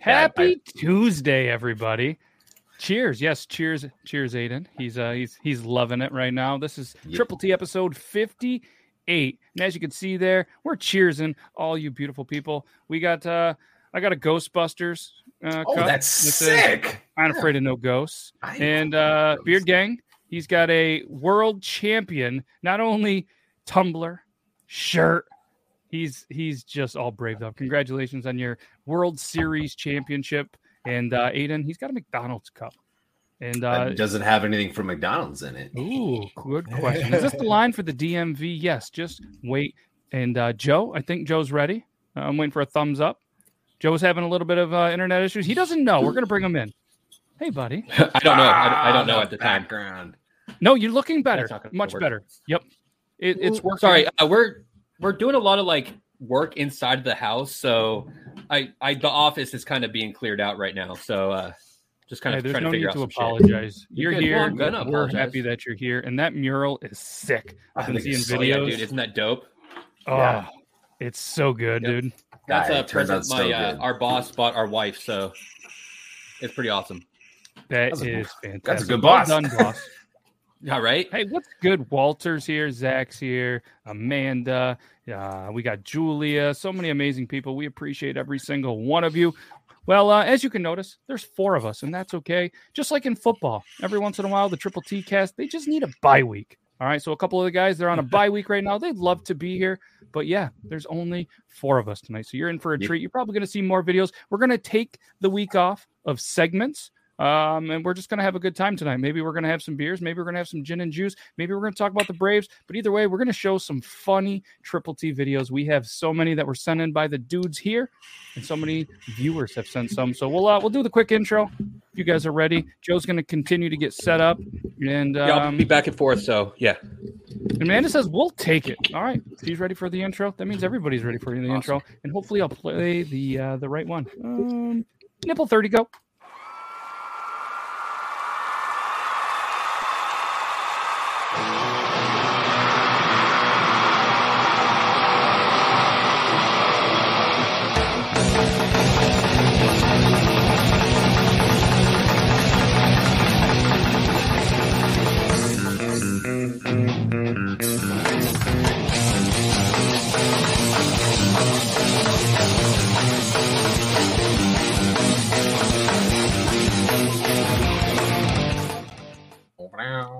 Happy Tuesday, everybody. Cheers. Yes, cheers. Cheers, Aiden. He's uh he's he's loving it right now. This is Yeah. Triple T episode 58. And as you can see there, we're cheersing all you beautiful people. We got uh I got a Ghostbusters uh Oh, cup that's with the sick. I'm afraid of no ghosts. I am And afraid uh of no Beard ghosts. Gang, he's got a world champion, not only tumbler, shirt. He's he's just all braved up. Congratulations on your World Series championship. And uh Aiden, he's got a McDonald's cup. And uh That doesn't have anything from McDonald's in it. ooh, good question. Is this the line for the DMV? Yes, just wait. And uh Joe, I think Joe's ready. Uh, I'm waiting for a thumbs up. Joe's having a little bit of uh, internet issues. He doesn't know. We're gonna bring him in. Hey, buddy. I don't know. I, I don't know Ah, at the time. Background. No, you're looking better, That's not gonna much work. better. Yep, it, it's working. Sorry, uh, we're we're doing a lot of like work inside the house, so I I the office is kind of being cleared out right now. So uh just kind Hey, of there's trying no to need figure out to some shit. apologize. You're You're good. Well, here. I'm gonna We're apologize. happy that you're here, and that mural is sick. I've I been think seeing it's so- Oh, yeah, videos. dude, isn't that dope? oh, yeah. it's so good, Yep. dude. That's Yeah, a it turns present out so my uh, good. our boss bought our wife, so it's pretty awesome. That's That's a- fantastic. that's a good Well boss. done, boss. All right. hey, what's good? Walter's here. Zach's here. Amanda. Uh, we got Julia. So many amazing people. We appreciate every single one of you. Well, uh, as you can notice, there's four of us, and that's okay. Just like in football, every once in a while, the Triple T cast, they just need a bye week. All right. So a couple of the guys, they're on a bye week right now. They'd love to be here. But yeah, there's only four of us tonight. So you're in for a Yep. treat. You're probably going to see more videos. We're going to take the week off of segments. Um, and we're just going to have a good time tonight. Maybe we're going to have some beers. Maybe we're going to have some gin and juice. Maybe we're going to talk about the Braves. But either way, we're going to show some funny Triple T videos. We have so many that were sent in by the dudes here and so many viewers have sent some. So we'll uh, we'll do the quick intro. If you guys are ready, Joe's going to continue to get set up, and Yeah, I'll be um, back and forth. So yeah, Amanda says we'll take it. All right, she's ready for the intro. That means everybody's ready for the intro, and hopefully I'll play the uh, the right one. Um, nipple thirty, go.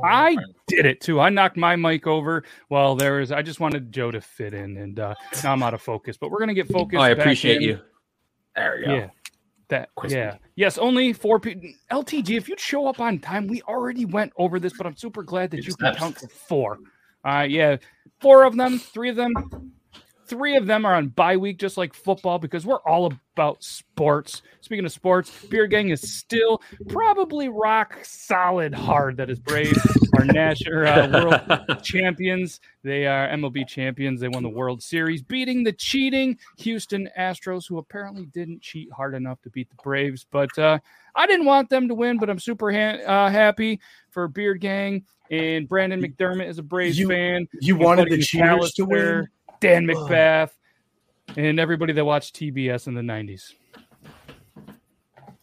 I did it too. I knocked my mic over. Well, there is. I just wanted Joe to fit in, and uh, now I'm out of focus. But we're gonna get focused. Oh, I back appreciate in. you. There we go. Yeah. That Crispy. yeah. Yes, only four people. LTG, if you'd show up on time, we already went over this, but I'm super glad that Good you can steps. count for four. Uh yeah. Four of them, three of them, three of them are on bye week, just like football, because we're all about sports. Speaking of sports, Beer Gang is still probably rock solid hard that is Braves our national uh, world champions. They are MLB champions. They won the World Series, beating the cheating Houston Astros, who apparently didn't cheat hard enough to beat the Braves. But uh, I didn't want them to win, but I'm super ha- uh, happy for Beard Gang. And Brandon McDermott is a Braves You- fan. You My wanted buddy the cheaters to McAllister, win. Dan Ugh. McBath, and everybody that watched TBS in the 90s.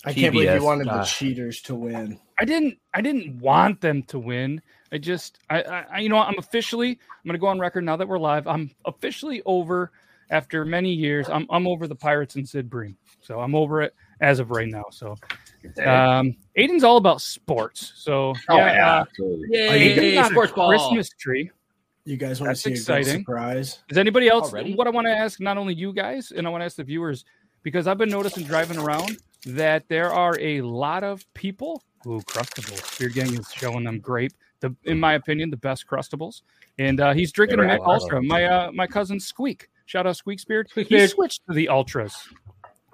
I can't believe you TBS, wanted uh, the cheaters to win. I didn't I didn't want them to win. I just I, I I- you know I'm officially I'm gonna go on record now that we're live. I'm officially over after many years. I'm I'm over the Pirates and Sid Bream. So I'm over it as of right now. So um Aiden's all about sports. So oh, yeah. yeah, uh, absolutely. Hey, Yay, not a sports ball. Christmas tree. You guys want to That's see a exciting. good surprise? Does anybody else? Already? What I want to ask, not only you guys, and I want to ask the viewers, because I've been noticing driving around that there are a lot of people who crustables. Beard Gang is showing them grape. The, in my opinion, the best crustables, and uh, he's drinking They were an out. ultra. My uh, my cousin Squeak, shout out Squeak Beard. Squeak He Beard. switched to the ultras.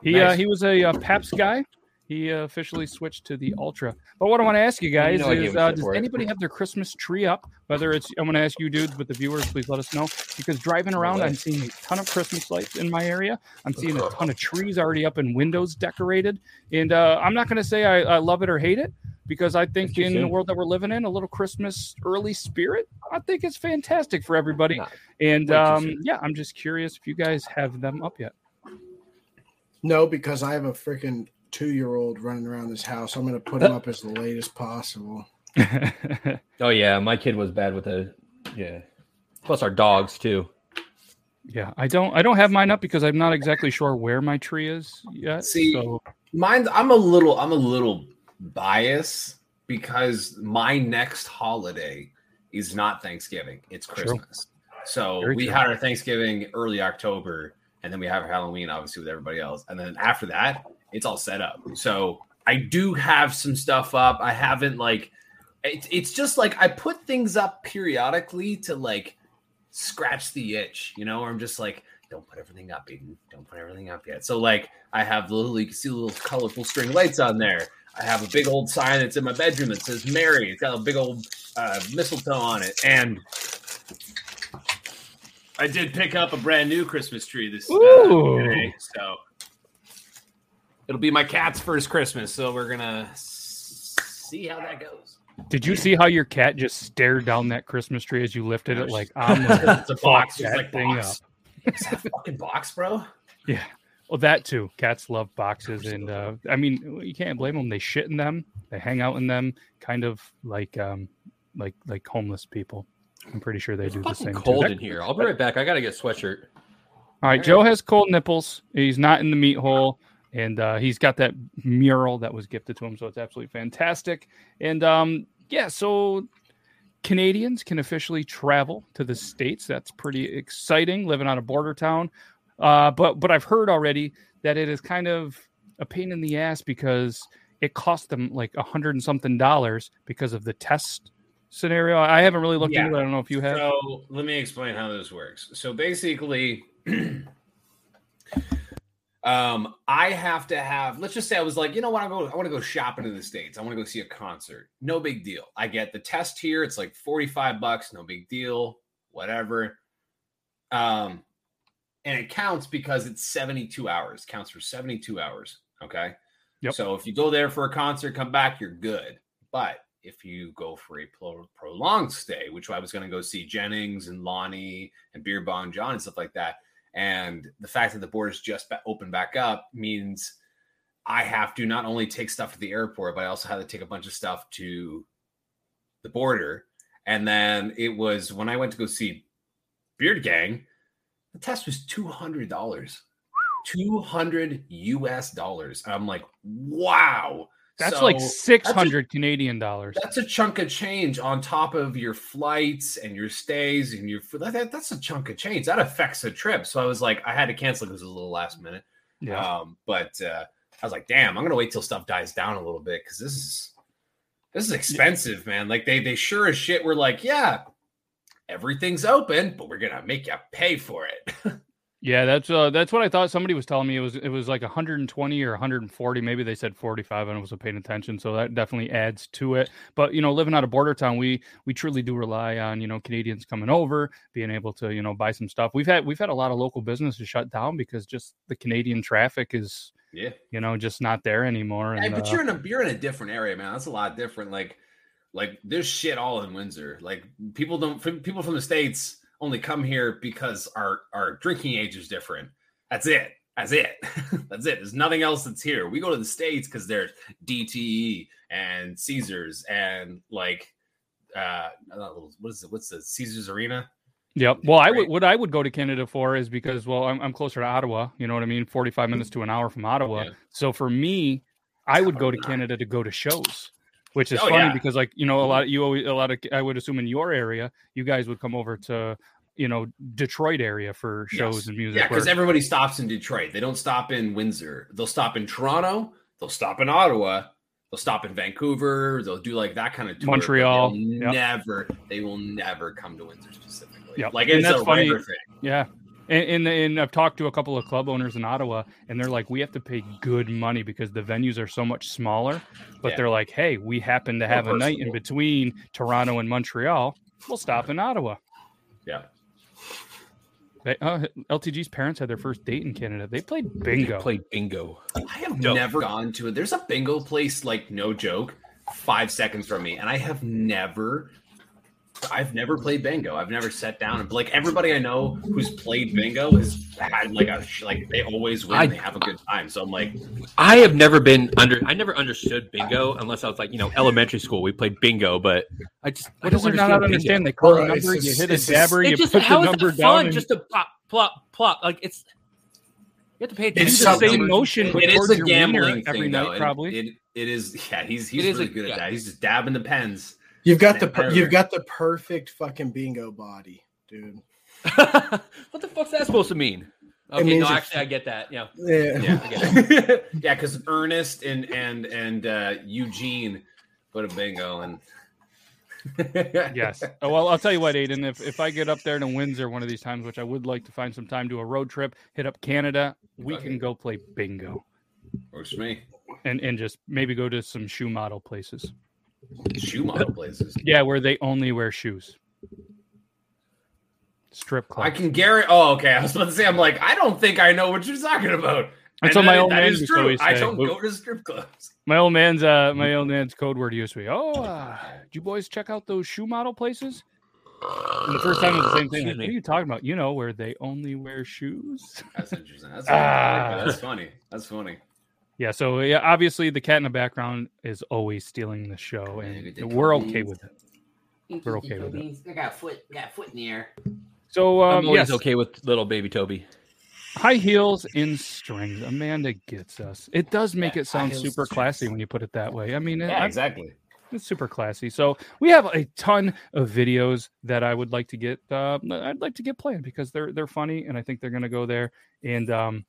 He uh, Nice. he was a uh, Paps guy. He uh, officially switched to the ultra. But what I want to ask you guys No idea is, what uh, to does support. anybody have their Christmas tree up? Whether it's, I'm going to ask you dudes, but the viewers, please let us know because driving around, I'm seeing a ton of Christmas lights in my area. I'm seeing a ton of trees already up and windows decorated. And uh, I'm not going to say I, I love it or hate it because I think in the world that we're living in, a little Christmas early spirit, I think it's fantastic for everybody. Nah, and way too um, soon. yeah, I'm just curious if you guys have them up yet. No, because I have a freaking two year old running around this house. I'm going to put him up as the latest possible. Oh yeah, my kid was bad with a yeah. Plus our dogs too. yeah, I don't. I don't have mine up because I'm not exactly sure where my tree is yet. See, so, Mine's I'm a little I'm a little biased because my next holiday is not Thanksgiving. It's Christmas. So Very we true. had our Thanksgiving early October and then we have our Halloween obviously with everybody else. And then after that, it's all set up. So I do have some stuff up. I haven't like it, it's just like I put things up periodically to like scratch the itch, you know, where I'm just like, don't put everything up, Aiden. Don't put everything up yet. So like I have the little you can see the little colorful string lights on there. I have a big old sign that's in my bedroom that says Mary. It's got a big old uh, mistletoe on it. And I did pick up a brand new Christmas tree this uh, Ooh. today, so it'll be my cat's first Christmas. So we're gonna s- see how that goes. did you see how your cat just stared down that Christmas tree as you lifted it? Like I'm gonna it's a fuck box. It's that like thing up. box. Is that a fucking box, bro? Yeah. Well, Oh, that too. Cats love boxes, and uh, I mean, you can't blame them. They shit in them. They hang out in them, kind of like um, like like homeless people. I'm pretty sure they It's do the fucking same. too. cold That- in here. I'll be right back. I gotta get a sweatshirt. All right, Joe has cold nipples. He's not in the meat hole, and uh, he's got that mural that was gifted to him, so it's absolutely fantastic. And um, yeah, so Canadians can officially travel to the states. That's pretty exciting. Living on a border town, uh, but but I've heard already that it is kind of a pain in the ass because it cost them like a hundred and something dollars because of the test scenario. I haven't really looked Yeah. into it. I don't know if you have. So let me explain how this works. So basically, um, I have to have. Let's just say I was like, you know what? I go. I want to go shopping in the states. I want to go see a concert. No big deal. I get the test here. It's like forty-five bucks. No big deal. Whatever. Um, and it counts because it's seventy-two hours. Counts for seventy-two hours. Okay. Yep. So if you go there for a concert, come back, you're good. But if you go for a pro- prolonged stay, which I was going to go see Jennings and Lonnie and Beer Bong John and stuff like that, and the fact that the borders just ba- opened back up means I have to not only take stuff to the airport, but I also had to take a bunch of stuff to the border. And then it was when I went to go see Beard Gang, the test was two hundred dollars. 200 US dollars. I'm like, wow. that's So- like six hundred Canadian dollars. that's a chunk of change on top of your flights and your stays and your food. That, that- that's a chunk of change. That affects a trip. So I was like, I had to cancel because it was a little last minute. Yeah. Um, but uh, I was like, damn, I'm gonna wait till stuff dies down a little bit because this is this is expensive, man. Like they they sure as shit were like, yeah, everything's open, but we're gonna make you pay for it. Yeah, that's uh, that's what I thought. Somebody was telling me it was it was like 120 or 140. Maybe they said 45, and I wasn't paying attention. So that definitely adds to it. But you know, living out of border town, we we truly do rely on you know Canadians coming over, being able to you know buy some stuff. We've had we've had a lot of local businesses shut down because just the Canadian traffic is yeah. you know just not there anymore. And, Hey, but uh, you're in a you're in a different area, man. That's a lot different. Like, like there's shit all in Windsor. Like people don't from- people from the states only come here because our our drinking age is different. That's it. That's it. that's it. There's nothing else that's here. We go to the states because there's DTE and Caesars and like uh not little- what is it? What's the Caesars Arena? Yep. Well, I would Great. what I would go to Canada for is because well, I'm, I'm closer to Ottawa. You know what I mean? Forty five minutes to an hour from Ottawa. Mm. Yeah. So for me, I would go to Ottawa. Canada to go to shows, which is Oh, funny yeah. because like you know a lot you always, a lot of I would assume in your area you guys would come over to you know Detroit area for shows Yes. and music. Yeah, because where- everybody stops in Detroit. They don't stop in Windsor. They'll stop in Toronto. They'll stop in Ottawa. They'll stop in Vancouver. They'll do like that kind of tour. but Montreal. they'll Yep. Never. They will never come to Windsor specifically. Yep. Like And it's that's a funny. rare thing. Yeah. And, and and I've talked to a couple of club owners in Ottawa, and they're like, we have to pay good money because the venues are so much smaller. But Yeah. they're like, hey, we happen to have a night in personable. between Toronto and Montreal. We'll stop in Ottawa. Yeah. They, uh, LTG's parents had their first date in Canada. They played bingo. Play bingo. I have Dope. never gone to it. There's a bingo place, like no joke, five seconds from me, and I have never I've never played bingo. I've never sat down and like everybody I know who's played bingo has had like a like they always win. I- they have a good time. So I'm like, I have never been under. I never understood bingo unless I was like, you know, elementary school. We played bingo, but I just I What don't does it not understand. bingo. understand? They call Well, a number, it's you just- hit a it's just- dabber, you It's just put how the is number that down. fun? and Just to plop, plop, plop. Like it's you have to pay do it's the attention. to something- same numbers. motion. it is towards a your wiener gambling every thing, night, though. It- probably. It, it is. Yeah, he's he's It is really a- good yeah. at that. He's just dabbing the pens. You've got the Never. per- you've got the perfect fucking bingo body, dude. what the fuck's that supposed to mean? Okay, means no, you're- actually, I get that. Yeah, Yeah. Yeah, I yeah, because Ernest and and and uh, Eugene go to bingo and. Yes. Oh, well, I'll tell you what, Aiden. If if I get up there to Windsor one of these times, which I would like to find some time, do a road trip, hit up Canada, we Okay. can go play bingo Works for me. and and just maybe go to some shoe model places. Shoe model places. Yeah, where they only wear shoes. Strip club. I can guarantee. Oh, okay. I was about to say. I'm like, I don't think I know what you're talking about. That's And what my that- old that man is used to true. always I say. don't Whoop. go to strip clubs. My old man's uh my old man's code word used to be, Oh, uh, did you boys check out those shoe model places? And the first time was the same thing. Excuse Like, what me. are you talking about? You know where they only wear shoes. That's interesting. That's, Ah. that's funny. That's funny. Yeah, so yeah, obviously the cat in the background is always stealing the show, and Yeah, we're they- okay with it. We're okay with it. I got foot, got foot in the air. So um, am always yes, okay with little baby Toby. high heels in strings. Amanda gets us. It does make Yeah, it sound high heels in super classy when you put it that way. I mean, it- Yeah, I- exactly. it's super classy. So we have a ton of videos that I would like to get. Uh, I'd like to get playing because they're they're funny, and I think they're going to go there. And um,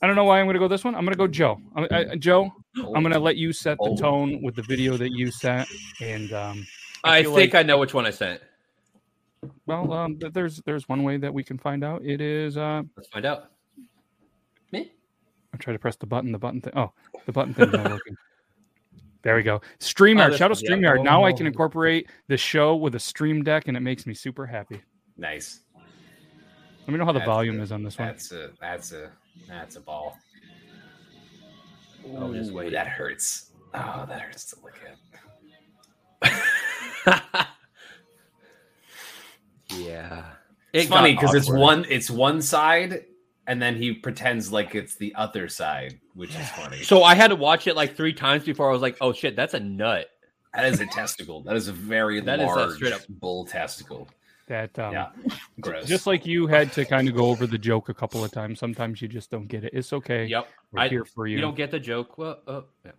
I don't know why I'm going to go this one. I'm going to go Joe. I, I, Joe, I'm going to let you set the Oh. tone with the video that you set, and um, I, feel think like- I know which one I sent. well, um, th- there's there's one way that we can find out. It is uh, Let's find out. I'm trying to press the button. The button thing. Oh, the button thing's not working. There we go. StreamYard. this Shout out one, yeah. StreamYard. Now I can Oh. incorporate the show with a stream deck, and it makes me super happy. Nice. Let me know how the That's volume good. is on this one. That's a that's a that's a ball. Oh, just wait. that hurts. Oh, that hurts to look at. yeah, It's It got funny because it's awkward. one it's one side, and then he pretends like it's the other side, which is funny. So I had to watch it like three times before I was like, "Oh shit, that's a nut." that is a testicle. That is a very That is a large straight up- bull testicle. That um, yeah, gross. just like you had to kind of go over the joke a couple of times. Sometimes you just don't get it. It's okay. Yep, We're I- here for you. you don't get the joke. Well, oh, yeah.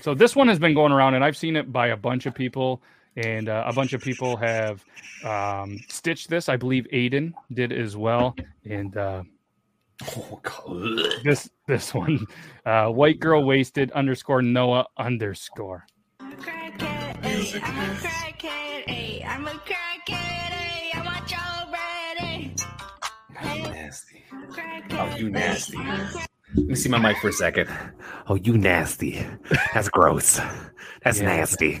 So this one has been going around, and I've seen it by a bunch of people, and uh, a bunch of people have um, stitched this. I believe Aiden did as well, and uh, oh, God. this this one, uh, white girl wasted underscore Noah underscore. I'm a crackhead, ayy. I'm a crackhead, ayy. I'm a crackhead, ayy. I want your bread, ayy. Nasty. Crackhead, Oh, you ayy. nasty. I'm a crack- Let me see my mic for a second. Oh, you nasty. That's gross. That's Yeah. nasty.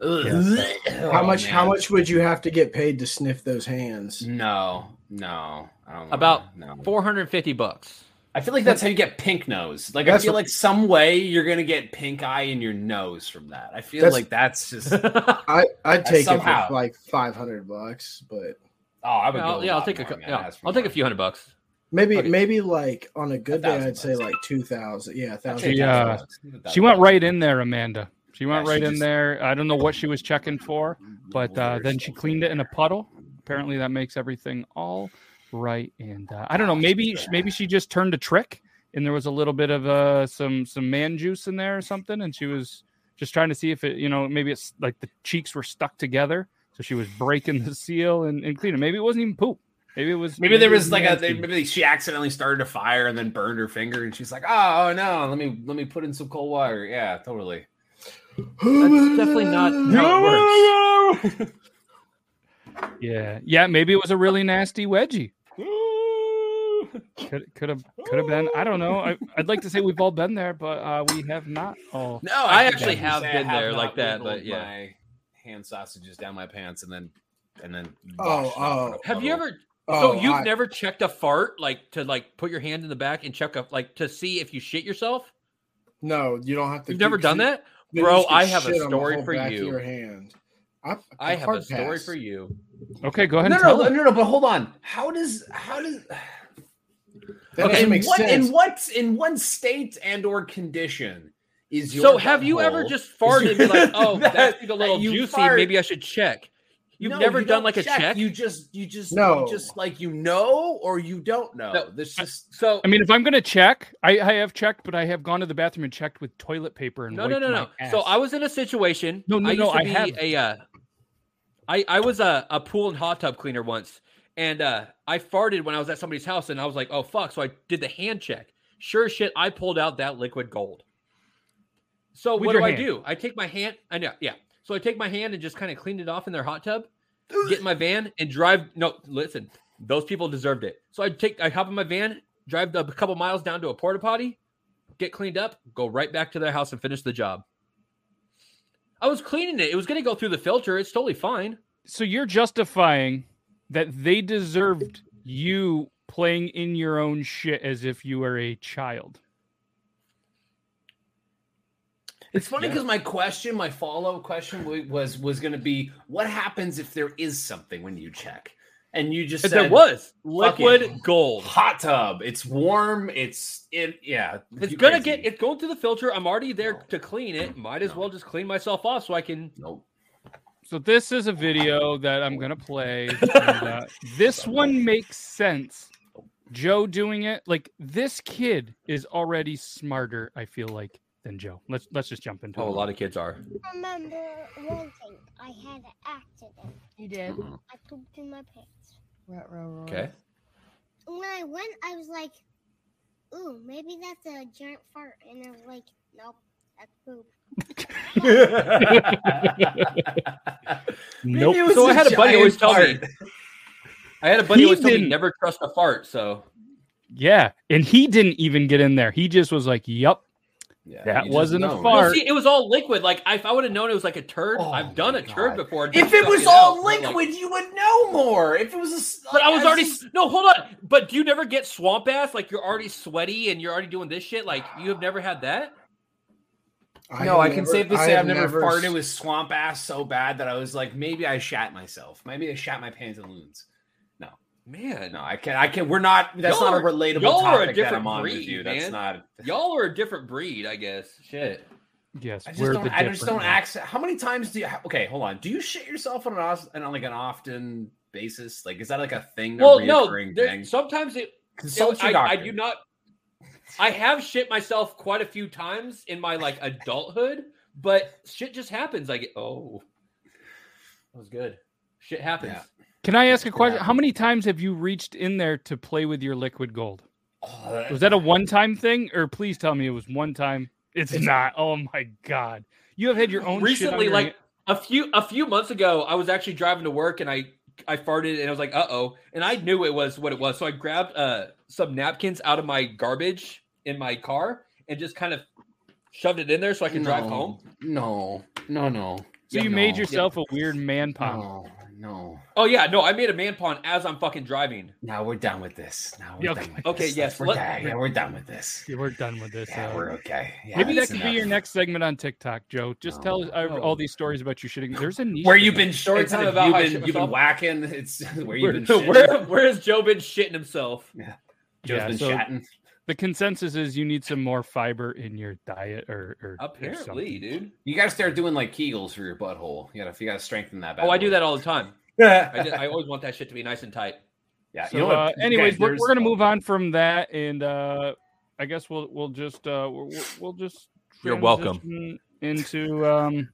Oh, How much? How much would you have to get paid to sniff those hands? Mm. No, no. I don't know. About no. four hundred fifty bucks. I feel like that's how you get pink nose. Like I That's feel what- like some way you're gonna get pink eye in your nose from that. I feel That's- like that's just. oh, well, I I'd take it Somehow. for like five hundred bucks, but Oh, I would. go yeah, I'll lot take a more, cou- man. yeah, Ask for I'll take a more. few hundred bucks. maybe Okay. maybe like on a good day, 1,000 I'd say bucks. like two thousand. Yeah, I'll thousand. take She, a uh, thousand bucks. She went right in there, Amanda. She went Yeah, she right in just- there. I don't know what she was checking for, but uh, then she cleaned it in a puddle. Apparently, that makes everything all right. And uh, I don't know, maybe maybe she just turned a trick, and there was a little bit of uh, some some man juice in there or something, and she was just trying to see if it, you know, maybe it's like the cheeks were stuck together, so she was breaking the seal and, and cleaning. Maybe it wasn't even poop. Maybe it was. Maybe there it was like a nasty. maybe she accidentally started a fire and then burned her finger and she's like, oh, oh, no, let me let me put in some cold water. Yeah, totally. That's definitely not how it works. Yeah, yeah. Maybe it was a really nasty wedgie. Could could have could have been. I don't know. I, I'd like to say we've all been there, but uh, we have not all. No, I think actually can have say I been there not like that, wiggled but yeah. my hand sausages down my pants and then and then. Oh, washed them up in a oh. Have you puddle. ever? Oh, so you've I- never checked a fart, like to like put your hand in the back and check up, like to see if you shit yourself. no, you don't have to. You've never do- done that, you Bro, just get I have a shit on the story whole for back of you. Your hand. I, I have a hard story pass. for you. Okay, go ahead. No, and tell no, no, it. no, no. But hold on. How does how does That okay, doesn't in make what sense. in what in one state and or condition is your So have you butthole- ever just farted and been like, oh, That- that seemed a that little you juicy. fart- Maybe I should check. You've No, never you done don't like a check. You just you just No. you just like you know or you don't know. No, This is so I mean, if I'm gonna check, I, I have checked, but I have gone to the bathroom and checked with toilet paper and no, no, wiped no, my no. So ass. I was in a situation. No, no, I used no, To I be haven't. a, uh, I I was a, a pool and hot tub cleaner once, and uh, I farted when I was at somebody's house, and I was like, oh fuck! So I did the hand check. Sure as shit, I pulled out that liquid gold. So With what your do I hand. do? I take my hand. I know, yeah. So I take my hand and just kind of clean it off in their hot tub. Get in my van and drive. No, listen, those people deserved it. So I take, I hop in my van, drive a couple miles down to a porta potty, get cleaned up, go right back to their house and finish the job. I was cleaning it. It was going to go through the filter. It's totally fine. so you're justifying that they deserved you playing in your own shit as if you were a child. It's funny because my question, my follow up question wa- was was going to be, what happens if there is something when you check? And you just But said, there was fuck it. liquid gold. Hot tub. It's warm. It's it. Yeah, It's you gonna crazy. get. It's going through the filter. I'm already there No. to clean it. Might as No. well just clean myself off so I can. Nope. So this is a video that I'm gonna play. and, uh, this one makes sense. Joe doing it like this kid is already smarter. I feel like than Joe. Let's let's just jump into Oh, it. a lot of kids are. remember one thing. I had an accident. You did. I pooped in my pants. Rut row roll. Okay. And When I went, I was like, ooh, maybe that's a giant fart. And I was like, nope, that's poop. Maybe it was So I had a buddy always giant tell me. fart. I had a buddy He always tell me didn't. never trust a fart. So Yeah, and he didn't even get in there. He just was like, "Yup, Yeah, That you just wasn't a know. fart. Well, see, it was all liquid. Like if I would have known it was like a turd, Oh I've done my a turd God. before. and If just it stuck was out, all but, like- liquid, you would know more. If it was a, s- But I was already just- no. Hold on. But do you never get swamp ass? Like you're already sweaty and you're already doing this shit. Like you have never had that. no, have I can never- safely say have I've never, s- farted with swamp ass so bad that I was like, maybe I shat myself. Maybe I shat my pantaloons. Man, No, I can't. I can't. We're not. That's Y'all not a are- relatable y'all are a topic that different I'm on with breed, you. That's man. not. y'all are a different breed, I guess. Shit. yes." I just we're don't. the I just different don't ones. access. How many times do you? Okay, hold on. Do you shit yourself on an os- and on like an often basis? Like, is that like a thing? Well, a no. reoccurring there- thing? sometimes it. Consult your I, I doctor. do not. I have shit myself quite a few times in my like adulthood, but shit just happens. Like oh, that was good. Shit happens. Yeah. Can I ask a question? Yeah. How many times have you reached in there to play with your liquid gold? Oh, that- Was that a one-time thing, or please tell me it was one time? It's, It's- not. Oh my god, you have had your own shit on recently your like a few a few months ago i was actually driving to work and i i farted and i was like uh-oh and i knew it was what it was so i grabbed uh some napkins out of my garbage in my car and just kind of shoved it in there so i could drive No. home No, no, no. So Yeah, Oh. you made no. yourself a weird man Yeah. pond. No, no. oh yeah no i made a man pond as i'm fucking driving Now we're done with this. Now we're Yeah, done okay. with Okay, this. yes, We're, let- done. Yeah, we're done with this. Yeah, We're done with this. Yeah, uh, we're okay. Yeah, Maybe that that's could be enough. your next segment on TikTok, Joe. Just No. tell uh, No. all these stories about you shitting. There's a niche Where for you've that. been Story short time time about you've how I been shit you've been myself. whacking. It's where Where- you've been. so shitting. where where's joe been shitting himself Joe's Yeah, been so- chatting. The consensus is you need some more fiber in your diet, or, or or apparently something. dude You gotta start doing like Kegels for your butthole. You gotta you gotta strengthen that. bad oh i boy. do that all the time I, yeah. just, I always want that shit to be nice and tight So, you know what? uh, Okay, anyways, we're, there's- we're gonna move on from that, and uh, I guess we'll we'll just uh, we'll, we'll- we'll just You're welcome. transition into um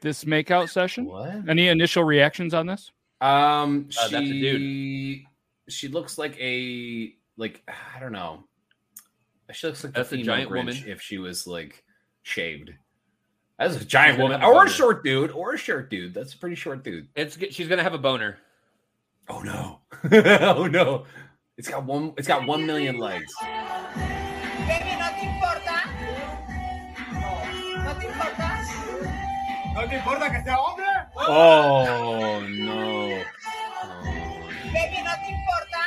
this makeout session. What? Any initial reactions on this? Um, Uh, she that's a dude. she looks like a like I don't know. She looks like That's a the giant giant woman. woman if she was like shaved. That's a giant She's gonna woman, have a or a boner. short dude, or a short dude. That's a pretty short dude. it's good- she's gonna have a boner Oh no! oh no! It's got one. It's got one million legs. Baby, ¿no te importa? No. ¿No te importa? ¿No te importa que sea hombre? Oh no! Oh, Baby, ¿no te importa?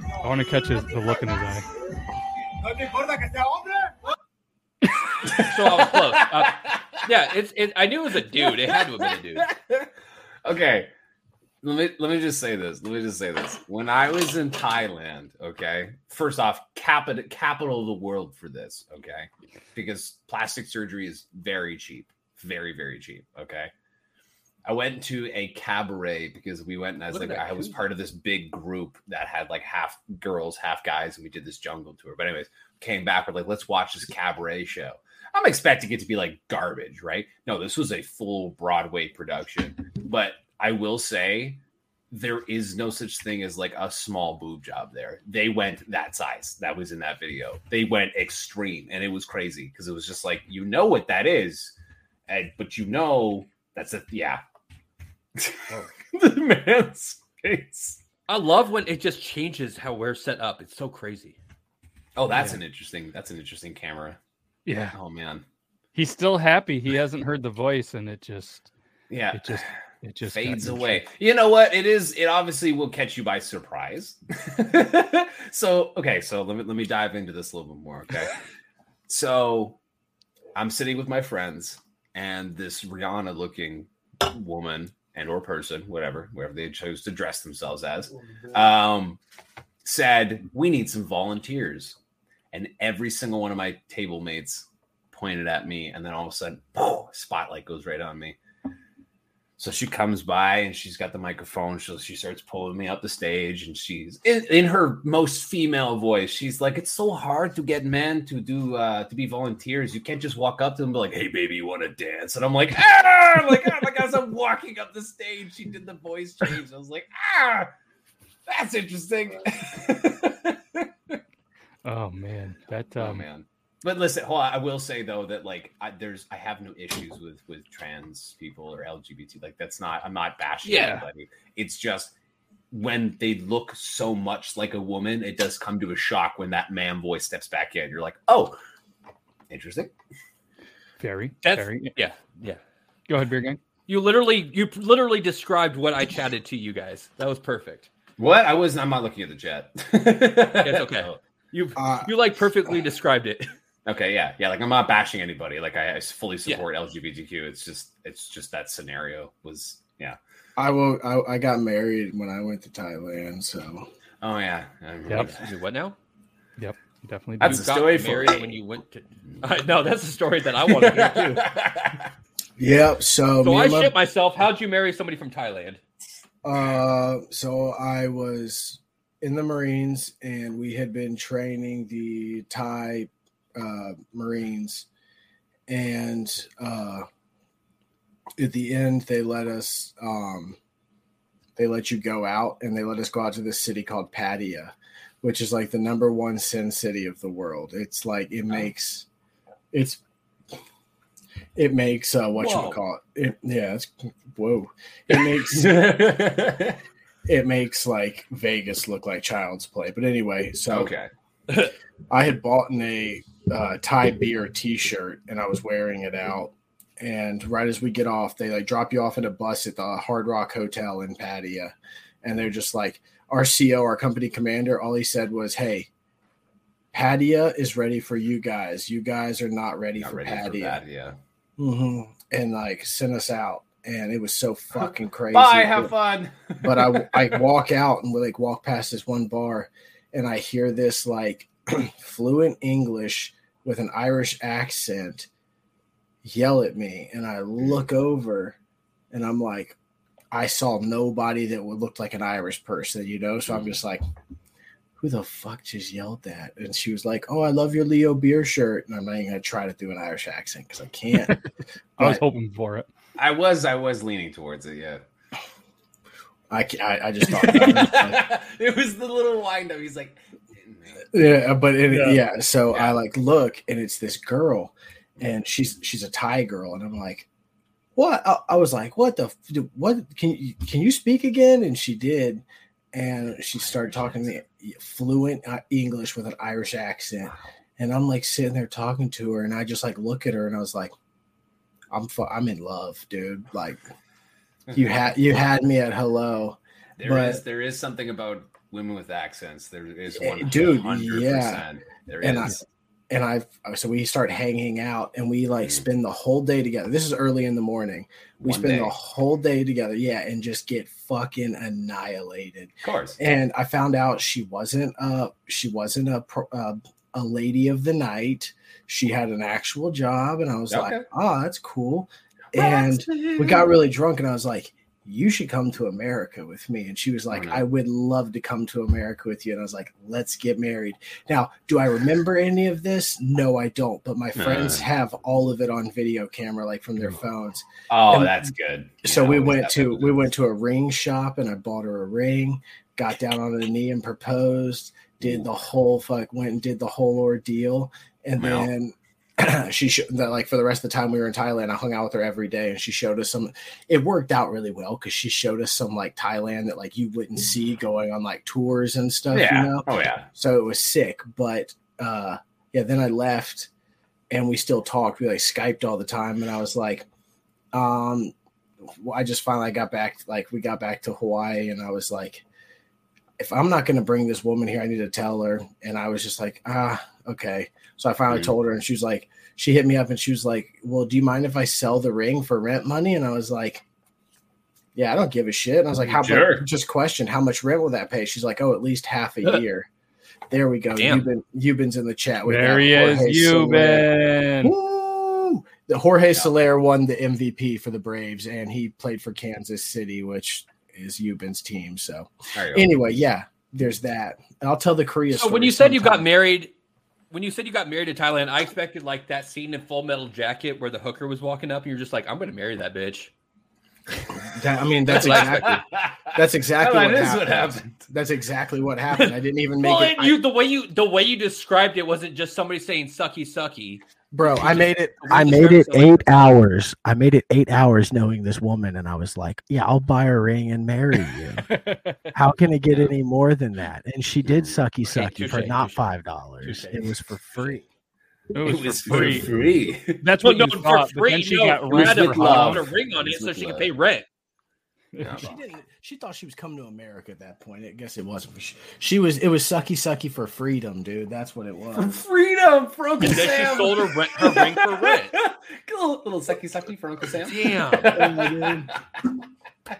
no. I want to catch his, the look in his eye. ¿No te importa que sea hombre? so i was close Uh, yeah, it's. It, I knew it was a dude. It had to have been a dude. okay. Let me let me just say this. Let me just say this. When I was in Thailand, okay, first off, capital capital of the world for this, okay, because plastic surgery is very cheap, very very cheap, okay. I went to a cabaret because we went and I was Look at like, that I was coot. part of this big group that had like half girls, half guys, and we did this jungle tour. But anyways, came back with like, let's watch this cabaret show. I'm expecting it to be like garbage, right? No, this was a full Broadway production. But I will say there is no such thing as like a small boob job there. They went that size. That was in that video. They went extreme and it was crazy because it was just like you know what that is. And but you know that's a yeah. Oh. the man's face. I love when it just changes how we're set up. It's so crazy. Oh, that's an interesting that's an interesting camera. Yeah, Oh man. he's still happy. He hasn't heard the voice, and it just Yeah. it just it just got fades me. away. You know what? It is. It obviously will catch you by surprise. so okay, so let me let me dive into this a little bit more. Okay, so I'm sitting with my friends, and this Rihanna looking woman and or person, whatever, wherever they chose to dress themselves as, um, said, "We need some volunteers," and every single one of my table mates pointed at me, and then all of a sudden, spotlight goes right on me. So she comes by and she's got the microphone. So she starts pulling me up the stage, and she's in, in her most female voice. She's like, "It's so hard to get men to do uh, to be volunteers. You can't just walk up to them and be like, hey, baby, you want to dance?'" And I'm like, "Ah!" I'm like, "Oh my god!" As I'm walking up the stage, she did the voice change. I was like, "Ah, that's interesting." Oh man, that um, oh man but listen hold on, i will say though that like I, there's i have no issues with with trans people or lgbt like that's not i'm not bashing Yeah. anybody it's just when they look so much like a woman it does come to a shock when that man voice steps back in you're like oh interesting very That's very. yeah, yeah. Go ahead, beer gang. You literally, you literally described what I chatted to you guys. That was perfect. what i wasn't i'm not looking at the chat that's okay. You, Uh, you like perfectly described it. okay yeah yeah like i'm not bashing anybody like i, I fully support lgbtq it's just it's just that scenario was yeah I will. I, I got married when I went to Thailand, so oh yeah Yep. You what now? You Definitely. That's do. a got story for married me. when you went to. I know that's the story that I want to hear too. yep. So, So me I and my- shit myself. How'd you marry somebody from Thailand? Uh, so I was in the Marines, and we had been training the Thai uh, Marines, and uh, at the end, they let us. Um, they let you go out, and they let us go out to this city called Pattaya, which is like the number one sin city of the world. It's like it makes, it's, it makes uh, what you Whoa. call it. it. Yeah, it's whoa. It makes it makes like Vegas look like child's play. But anyway, so okay I had bought in a uh, Thai beer T-shirt and I was wearing it out. And right as we get off, they like drop you off in a bus at the Hard Rock Hotel in Pattaya, and they're just like, our CO, our company commander, all he said was, "Hey." Pattaya is ready for you guys. You guys are not ready Not for ready for Pattaya. that, yeah. hmm And like sent us out, and it was so fucking crazy. Bye, have fun. but I I walk out and we like walk past this one bar, and I hear this like fluent English with an Irish accent yell at me, and I look over, and I'm like, I saw nobody that would look like an Irish person, you know. So I'm Mm-hmm. just like, who the fuck just yelled that? And she was like, oh, I love your Leo Beer shirt, and I'm not even gonna try to do an Irish accent because I can't. I was But- hoping for it. I was I was leaning towards it, yeah. I, ca- I, I just thought. about it. Like, it was the little wind up. He's like, Yeah, but it, Yeah. yeah. so Yeah. I like look, and it's this girl, and she's she's a Thai girl, and I'm like, what? I, I was like, what the f- do- what? Can you can you speak again? And she did, and she started talking to me fluent uh, English with an Irish accent, and I'm like sitting there talking to her, and I just like look at her, and I was like, I'm fu- I'm in love, dude. Like you had you had me at hello. There is But- there is something about women with accents. There is Eh, one dude, hundred yeah. percent. There And I- is. and I so we start hanging out and we like spend the whole day together. This is early in the morning. Mm. We One spend day. the whole day together, yeah, and just get fucking annihilated. Of course. And I found out she wasn't a she wasn't a pro- uh, a lady of the night. She had an actual job, and I was Okay. like, oh, that's cool. And we got really drunk, and I was like, you should come to America with me. And she was like, no. I would love to come to America with you. And I was like, let's get married. Now, do I remember any of this? No, I don't. But my friends have all of it on video camera, like from their phones. Oh, And- that's good. So Yeah, we always went have to that. we went to a ring shop and I bought her a ring, got down on a knee and proposed, did the whole fuck went and did the whole ordeal. And Wow. then she showed that like for the rest of the time we were in Thailand, I hung out with her every day and she showed us some it worked out really well because she showed us some like Thailand that like you wouldn't see going on like tours and stuff, Yeah. you know Oh yeah. so it was sick but uh yeah then i left and we still talked we like skyped all the time and i was like um well, i just finally got back like we got back to hawaii and i was like if i'm not going to bring this woman here i need to tell her and i was just like ah okay so i finally Mhm. told her and she was like she hit me up and she was like well do you mind if i sell the ring for rent money and i was like yeah i don't give a shit and i was like how Sure. much just questioned how much rent will that pay she's like oh at least half a year there we go. Damn. Euban, Euban's in the chat. with There that. he is, Jorge Soler. Euban. Woo! The Jorge Soler won the MVP for the Braves, and he played for Kansas City, which is Euban's team. So There you go. anyway, yeah, there's that. And I'll tell the Korea. So when story you said you got sometime. married, when you said you got married to Thailand, I expected like that scene in Full Metal Jacket where the hooker was walking up, and you're just like, "I'm going to marry that bitch." That- I mean, that's exactly that's exactly Well, what, that is happened. what happened. That's exactly what happened. I didn't even make Well, it. and you the way you the way you described it wasn't just somebody saying "sucky, sucky." bro, I made it. I You made it described eight like- hours. I made it eight hours knowing this woman, and I was like, "Yeah, I'll buy a ring and marry you." How can it get any more than that? And she did sucky Okay, sucky for touche, not touche, five dollars. touche. It was for free. It It was, was for free. free. free. That's Well, what no, you for thought, but free. then she no, got you had rid to of with love. put a her. ring on It it was so with she could love. pay rent. Yeah. She didn't. She thought she was coming to America at that point. I guess it wasn't. She, she was. It was sucky sucky for freedom, dude. That's what it was. Freedom for Uncle And then she sold her, rent, her ring for rent. little, little sucky sucky for Uncle Sam. Damn.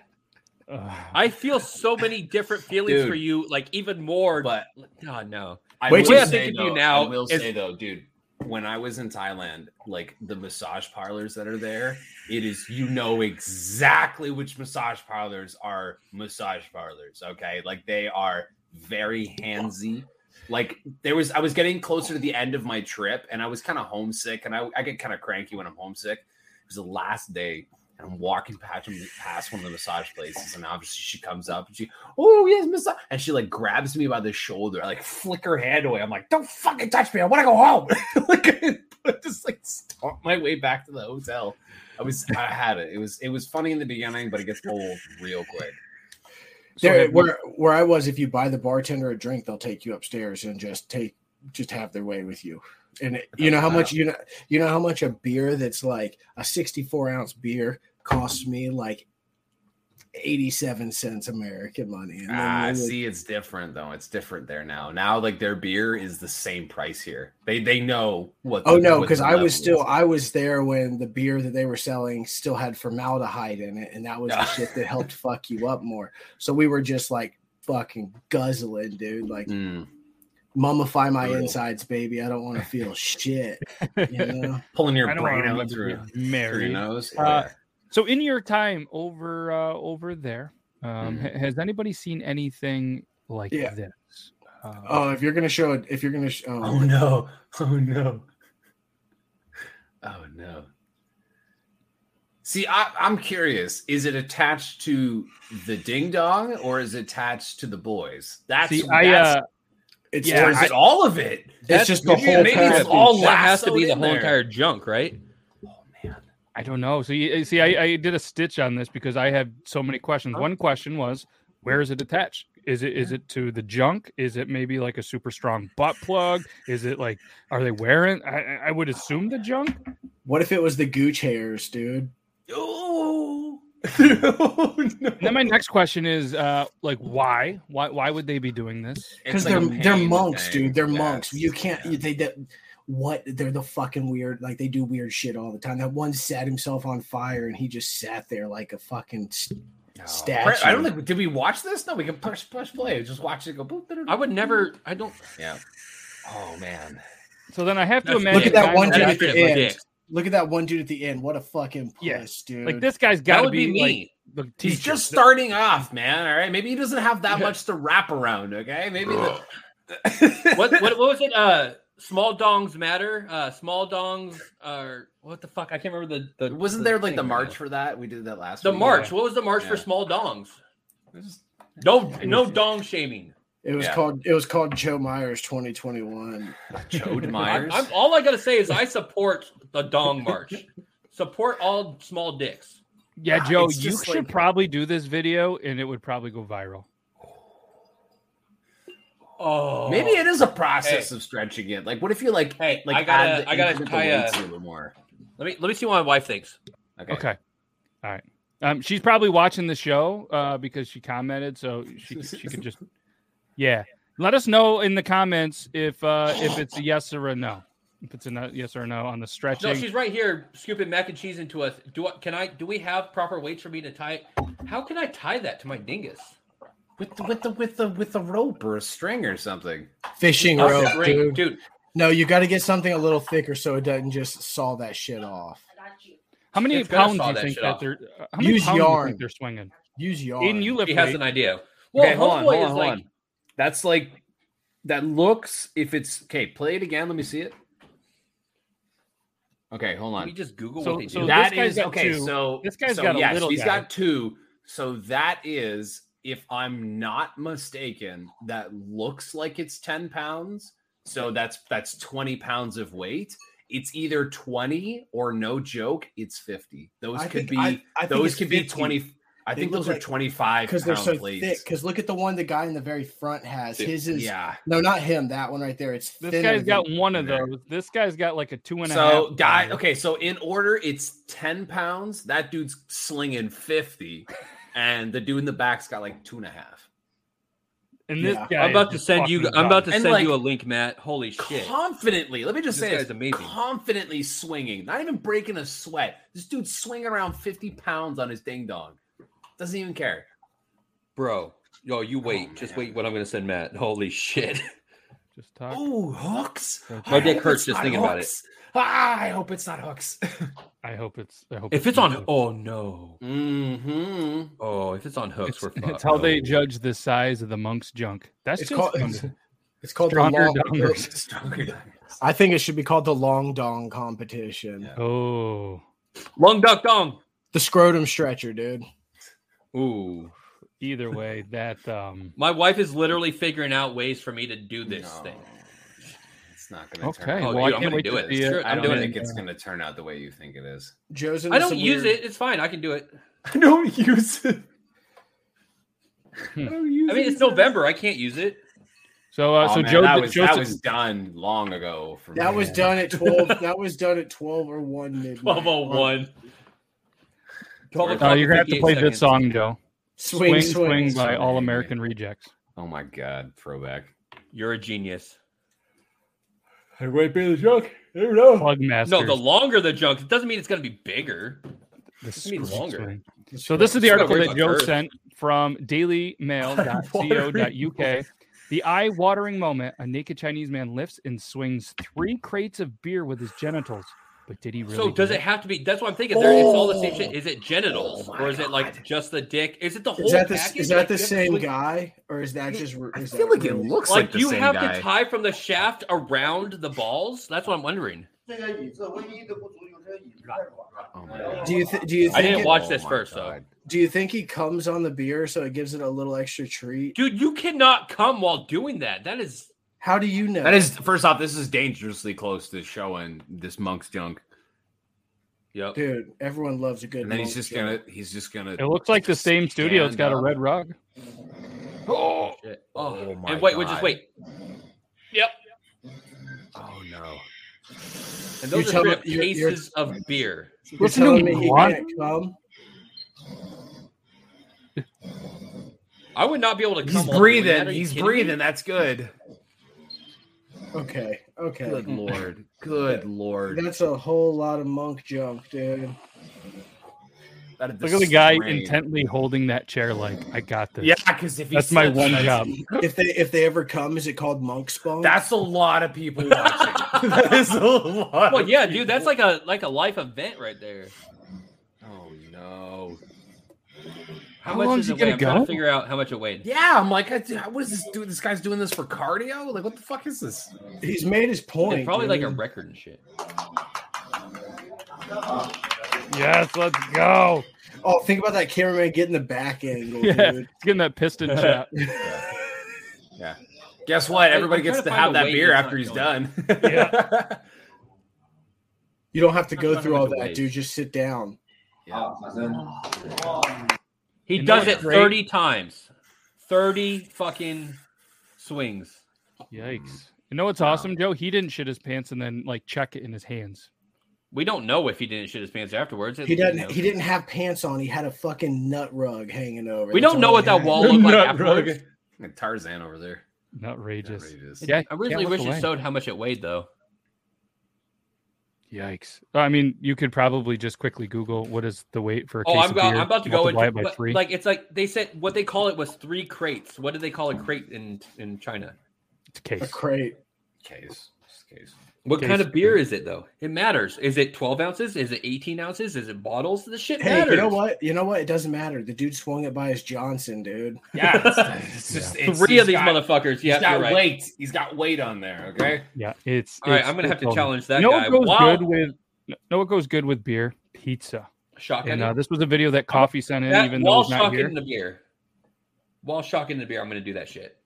Ugh. I feel so many different feelings Dude. for you, like even more. But God, no. I Wait will till you say think of you though, now I will is- say though, dude, when I was in Thailand, like the massage parlors that are there, it is you know exactly which massage parlors are massage parlors. Okay, like they are very handsy. Like there was, I was getting closer to the end of my trip, and I was kind of homesick, and I, I get kind of cranky when I'm homesick. It was the last day. And I'm walking past, past one of the massage places, and obviously she comes up and she, oh yes, massage, and she like grabs me by the shoulder, I like flick her hand away. I'm like, don't fucking touch me. I want to go home. like, I just like stomp my way back to the hotel. I was, I had it. It was, it was funny in the beginning, but it gets old real quick. There, where where I was, if you buy the bartender a drink, they'll take you upstairs and just take just have their way with you. And it- you know how much you know you know how much a beer that's like a sixty four ounce beer costs me like eighty seven cents American money. And then Ah, they would- see, it's different though. It's different there now. Now, like their beer is the same price here. They they know what. Oh no, what because the I was level still is. I was there when the beer that they were selling still had formaldehyde in it, and that was the shit that helped fuck you up more. So we were just like fucking guzzling, dude. Like Mm. mummify my Brutal. insides, baby. I don't want to feel shit. You know? pulling your I don't brain want out to through, get through your married. nose. Uh, So, in your time over uh, over there, um, Mhm. ha- has anybody seen anything like Yeah. this? Uh, Oh, if you're gonna show it, if you're gonna, sh- oh, Oh no! Oh no! Oh no! See, I, I'm curious. Is it attached to the ding dong, or is it attached to the boys? That's, see, I that's uh, it's yeah, or is I- it all of it? it's just the maybe- whole maybe it's package. all that has to lassoed be the in whole there. entire junk, right? Oh man! I don't know. So, you, see, I, I did a stitch on this because I had so many questions. One question was, where is it attached? Is it is it to the junk? Is it maybe like a super strong butt plug? Is it like are they wearing? I, I- I would assume the junk. What if it was the gooch hairs, dude? Oh, Oh, no. And then my next question is, uh, like, why? Why why would they be doing this? It's Because like they're a they're pain monks, thing. dude. They're Yes. monks. You can't. Yeah. You, they, they what they're the fucking weird like they do weird shit all the time. That one set himself on fire and he just sat there like a fucking s- statue. I don't think did we watch this? No, we can push push play. Just watch it go. boop, da, da, da. I would never. I don't. Yeah. Oh man. So then I have to Look imagine. Look at that I'm one dude like- at That's the it, my end. dick. Look at that one dude at the end. What a fucking puss, Yeah. dude. Like this guy's got That to would be, be, me. like the He's teacher. just starting off, man. All right. Maybe he doesn't have that Yeah. much to wrap around. Okay. Maybe. The... what, what what was it? Uh, small dongs matter. Uh, small dongs are what the fuck? I can't remember the. the Wasn't there like thing the right march now. for that? We did that last. The week. march. What was the march for Yeah. small dongs? Yeah. Just- No, no dong shaming. it was Yeah. called it was called Joe Myers 2021. Chode I'm, Myers. I'm, all I gotta say is I support the dong march. support all small dicks. yeah, Ah, Joe, it's you just should like- probably do this video, and it would probably go viral. Oh, Maybe it is a process of stretching it. Like, what if you like? Hey, like I gotta- add the I gotta incremental tie a- weights a little more. Let me let me see what my wife thinks. Okay. Okay. All right. Um, she's probably watching the show uh, because she commented, so she she could just yeah. Let us know in the comments if uh, if it's a yes or a no. If it's a no, yes or a no on the No, stretching. she's right here scooping mac and cheese into us. Do I, can I? Do we have proper weights for me to tie? How can I tie that to my dingus? With the, with the with the with a rope or a string or something. Fishing Oh, rope, great, dude. dude. No, you got to get something a little thicker so it doesn't just saw that shit off. how many It's gonna pounds do saw you that think shit that off. they're uh, how many Use pounds do you yarn. think they're swinging? Use yarn. Aiden, you lift She has weight. an idea. Well, okay, hold on, homeboy hold on, is hold like, on. That's like that looks. If it's okay, play it again. Let me see it. Okay, hold let me on. just Google So- what they so do. that- That this guy's is got okay. two. So This guy's so got a yes, little He's guy. got two. So that is, if I'm not mistaken, that looks like it's ten pounds. So that's that's twenty pounds of weight. It's either twenty or no joke. It's fifty. Those I could think- be. I- I think those it's could 50. be twenty. I They think look those are like- twenty-five because they're pound so plates. thick. Because look at the one the guy in the very front has. His is yeah. no, not him. That one right there. It's This thinner guy's than- got one of there. those. This guy's got like a two and a half. So, guy, okay, so in order, it's 10 pounds. That dude's slinging 50, and the dude in the back's got like two and a half. And this Yeah. guy I'm about is to just send you. fucking I'm about to done. And, send like, you a link, Matt. Holy shit! Confidently, let me just This say, guy's this, amazing. confidently swinging, not even breaking a sweat. This dude's swinging around 50 pounds on his ding dong. Doesn't even care. Bro, yo, you wait. Just man. wait what I'm going to send Matt. Holy shit. just talk. Oh, hooks. My I dick hope hurts it's just not thinking about it. hooks. Ah, I hope it's not hooks. I hope it's. I hope If it's on, not. oh no. mm-hmm. Oh, if it's on hooks, it's, we're fucked. it's how they judge the size of the monk's junk. That's It's just called. fun It's, to- it's called the Stronger long. dongers. Stronger diamonds. I think it should be called the long dong competition. Yeah. Oh, Long duck dong. The scrotum stretcher, dude. Ooh. either way, that um. My wife is literally figuring out ways for me to do this No. thing. It's not going to Okay, Oh, well, I dude, I'm can't gonna wait do to it. see It's true. it. I I'm don't doing think it. it's going to turn out the way you think it is. Joe's in I don't use it. It's fine. I can do it. I don't use it. Hmm. don't use I mean, it's November. I can't use it. So, uh, Oh, so man, Joe, that was, Joe that was done long ago. For That me. was done at twelve. that was done at twelve or one midnight. 1201. uh, you're gonna have to play this song, Joe. Swing, swing, swing, by swing. All American Rejects. Oh my god, throwback. You're a genius. Wait, be the joke. There we go. Plug Masters. No, the longer the junk, it doesn't mean it's going to be bigger. This I mean, screw longer. swing. So this is the It's not article very that much Joe earth. sent from dailymail.co.uk. The eye-watering moment: a naked Chinese man lifts and swings three crates of beer with his genitals. But did he really? so do does that? it have to be? That's what I'm thinking. There, it's all the same shit. Is it genitals Oh my or is it like God. just the dick? Is it the whole? Is that the package? is Like, that the you have to same swing- guy or is that just? I is feel that like it really- looks Like, like, the you same have guy. to tie from the shaft around the balls. That's what I'm wondering. oh my Oh Do you th- do you think I didn't it- watch this my first, God. Do you think he comes on the beer so it gives it a little extra treat? Dude, you cannot come while doing that. That is How do you know? That is first off. This is dangerously close to showing this monk's junk, yep. dude. Everyone loves a good. and then he's milk just jug. gonna he's just gonna. It looks like the same studio. It's got a Stand up. red rug. Oh, Shit. Oh Oh, my and wait, wait, just God. wait. Yep. oh no. And You're those are telling- straight you're- you're- cases of beer. You're Listen to telling me he what? can't come? I would not be able to. Come He's while doing that. breathing. Are you He's kidding me? breathing. That's good. Okay. Okay. Good lord. Good lord. That's a whole lot of monk junk, dude. That- Look this at the guy rain. intently holding that chair, like I got this. Yeah, because if he that's my slips, one that's- Um, job. If they if they ever come, is it called monk spawn? That's a lot of people watching. that is a lot. Well, of yeah, people. dude, that's like a like a life event right there. Oh no. How, How much long is is it he weigh? gonna I'm trying to go? figure out how much it weighs. Yeah, I'm like, I- what is this dude? This guy's doing this for cardio? Like, what the fuck is this? He's made his It's point. probably like a dude. record and shit. Yes, let's go. Oh, think about that cameraman getting the back angle, Yeah, dude. getting that piston shot. Guess what? I'm Everybody trying gets to to find have a that way beer he's after not he's going. done. You don't have to go That's through not all gonna that, wait. dude. Just sit down. yeah. Oh. He You know does what's it great? thirty times, thirty fucking swings. Yikes. You know what's awesome, Joe? He didn't shit his pants and then like check it in his hands. We don't know if he didn't shit his pants afterwards. He didn't. He didn't have pants on. He had a fucking nut rug hanging over. We That's don't know all what he that had. wall looked like Nut afterwards. rug. Like Tarzan over there. Outrageous. Outrageous. Yeah, I can't really look wish away. it showed how much it weighed though. Yikes. I mean, you could probably just quickly Google what is the weight for a Oh, case I'm, of go- beer, I'm about to go multiply into it by but, three. like it's like they said what they call it was three crates. What do they call a crate in in China? It's a case. A crate. Case. Just Case. What Case kind of beer is it though? It matters. Is it 12 ounces? Is it 18 ounces? Is it bottles? The shit Hey, matters. you know what? You know what? It doesn't matter. The dude swung it by his Johnson, dude. Yeah. It's, it's just it's, Three he's of these got- motherfuckers. He's Yeah, got you're right. weight. He's got weight on there. Okay. Yeah, it's. All right, it's- I'm gonna have it's to all- challenge that You know guy. what goes Wow. good with? Know what goes good with beer? Pizza. Shocking. And uh, this was a video that Coffee sent in, That- even though while it's not here. shocking the beer. While shocking the beer, I'm gonna do that shit.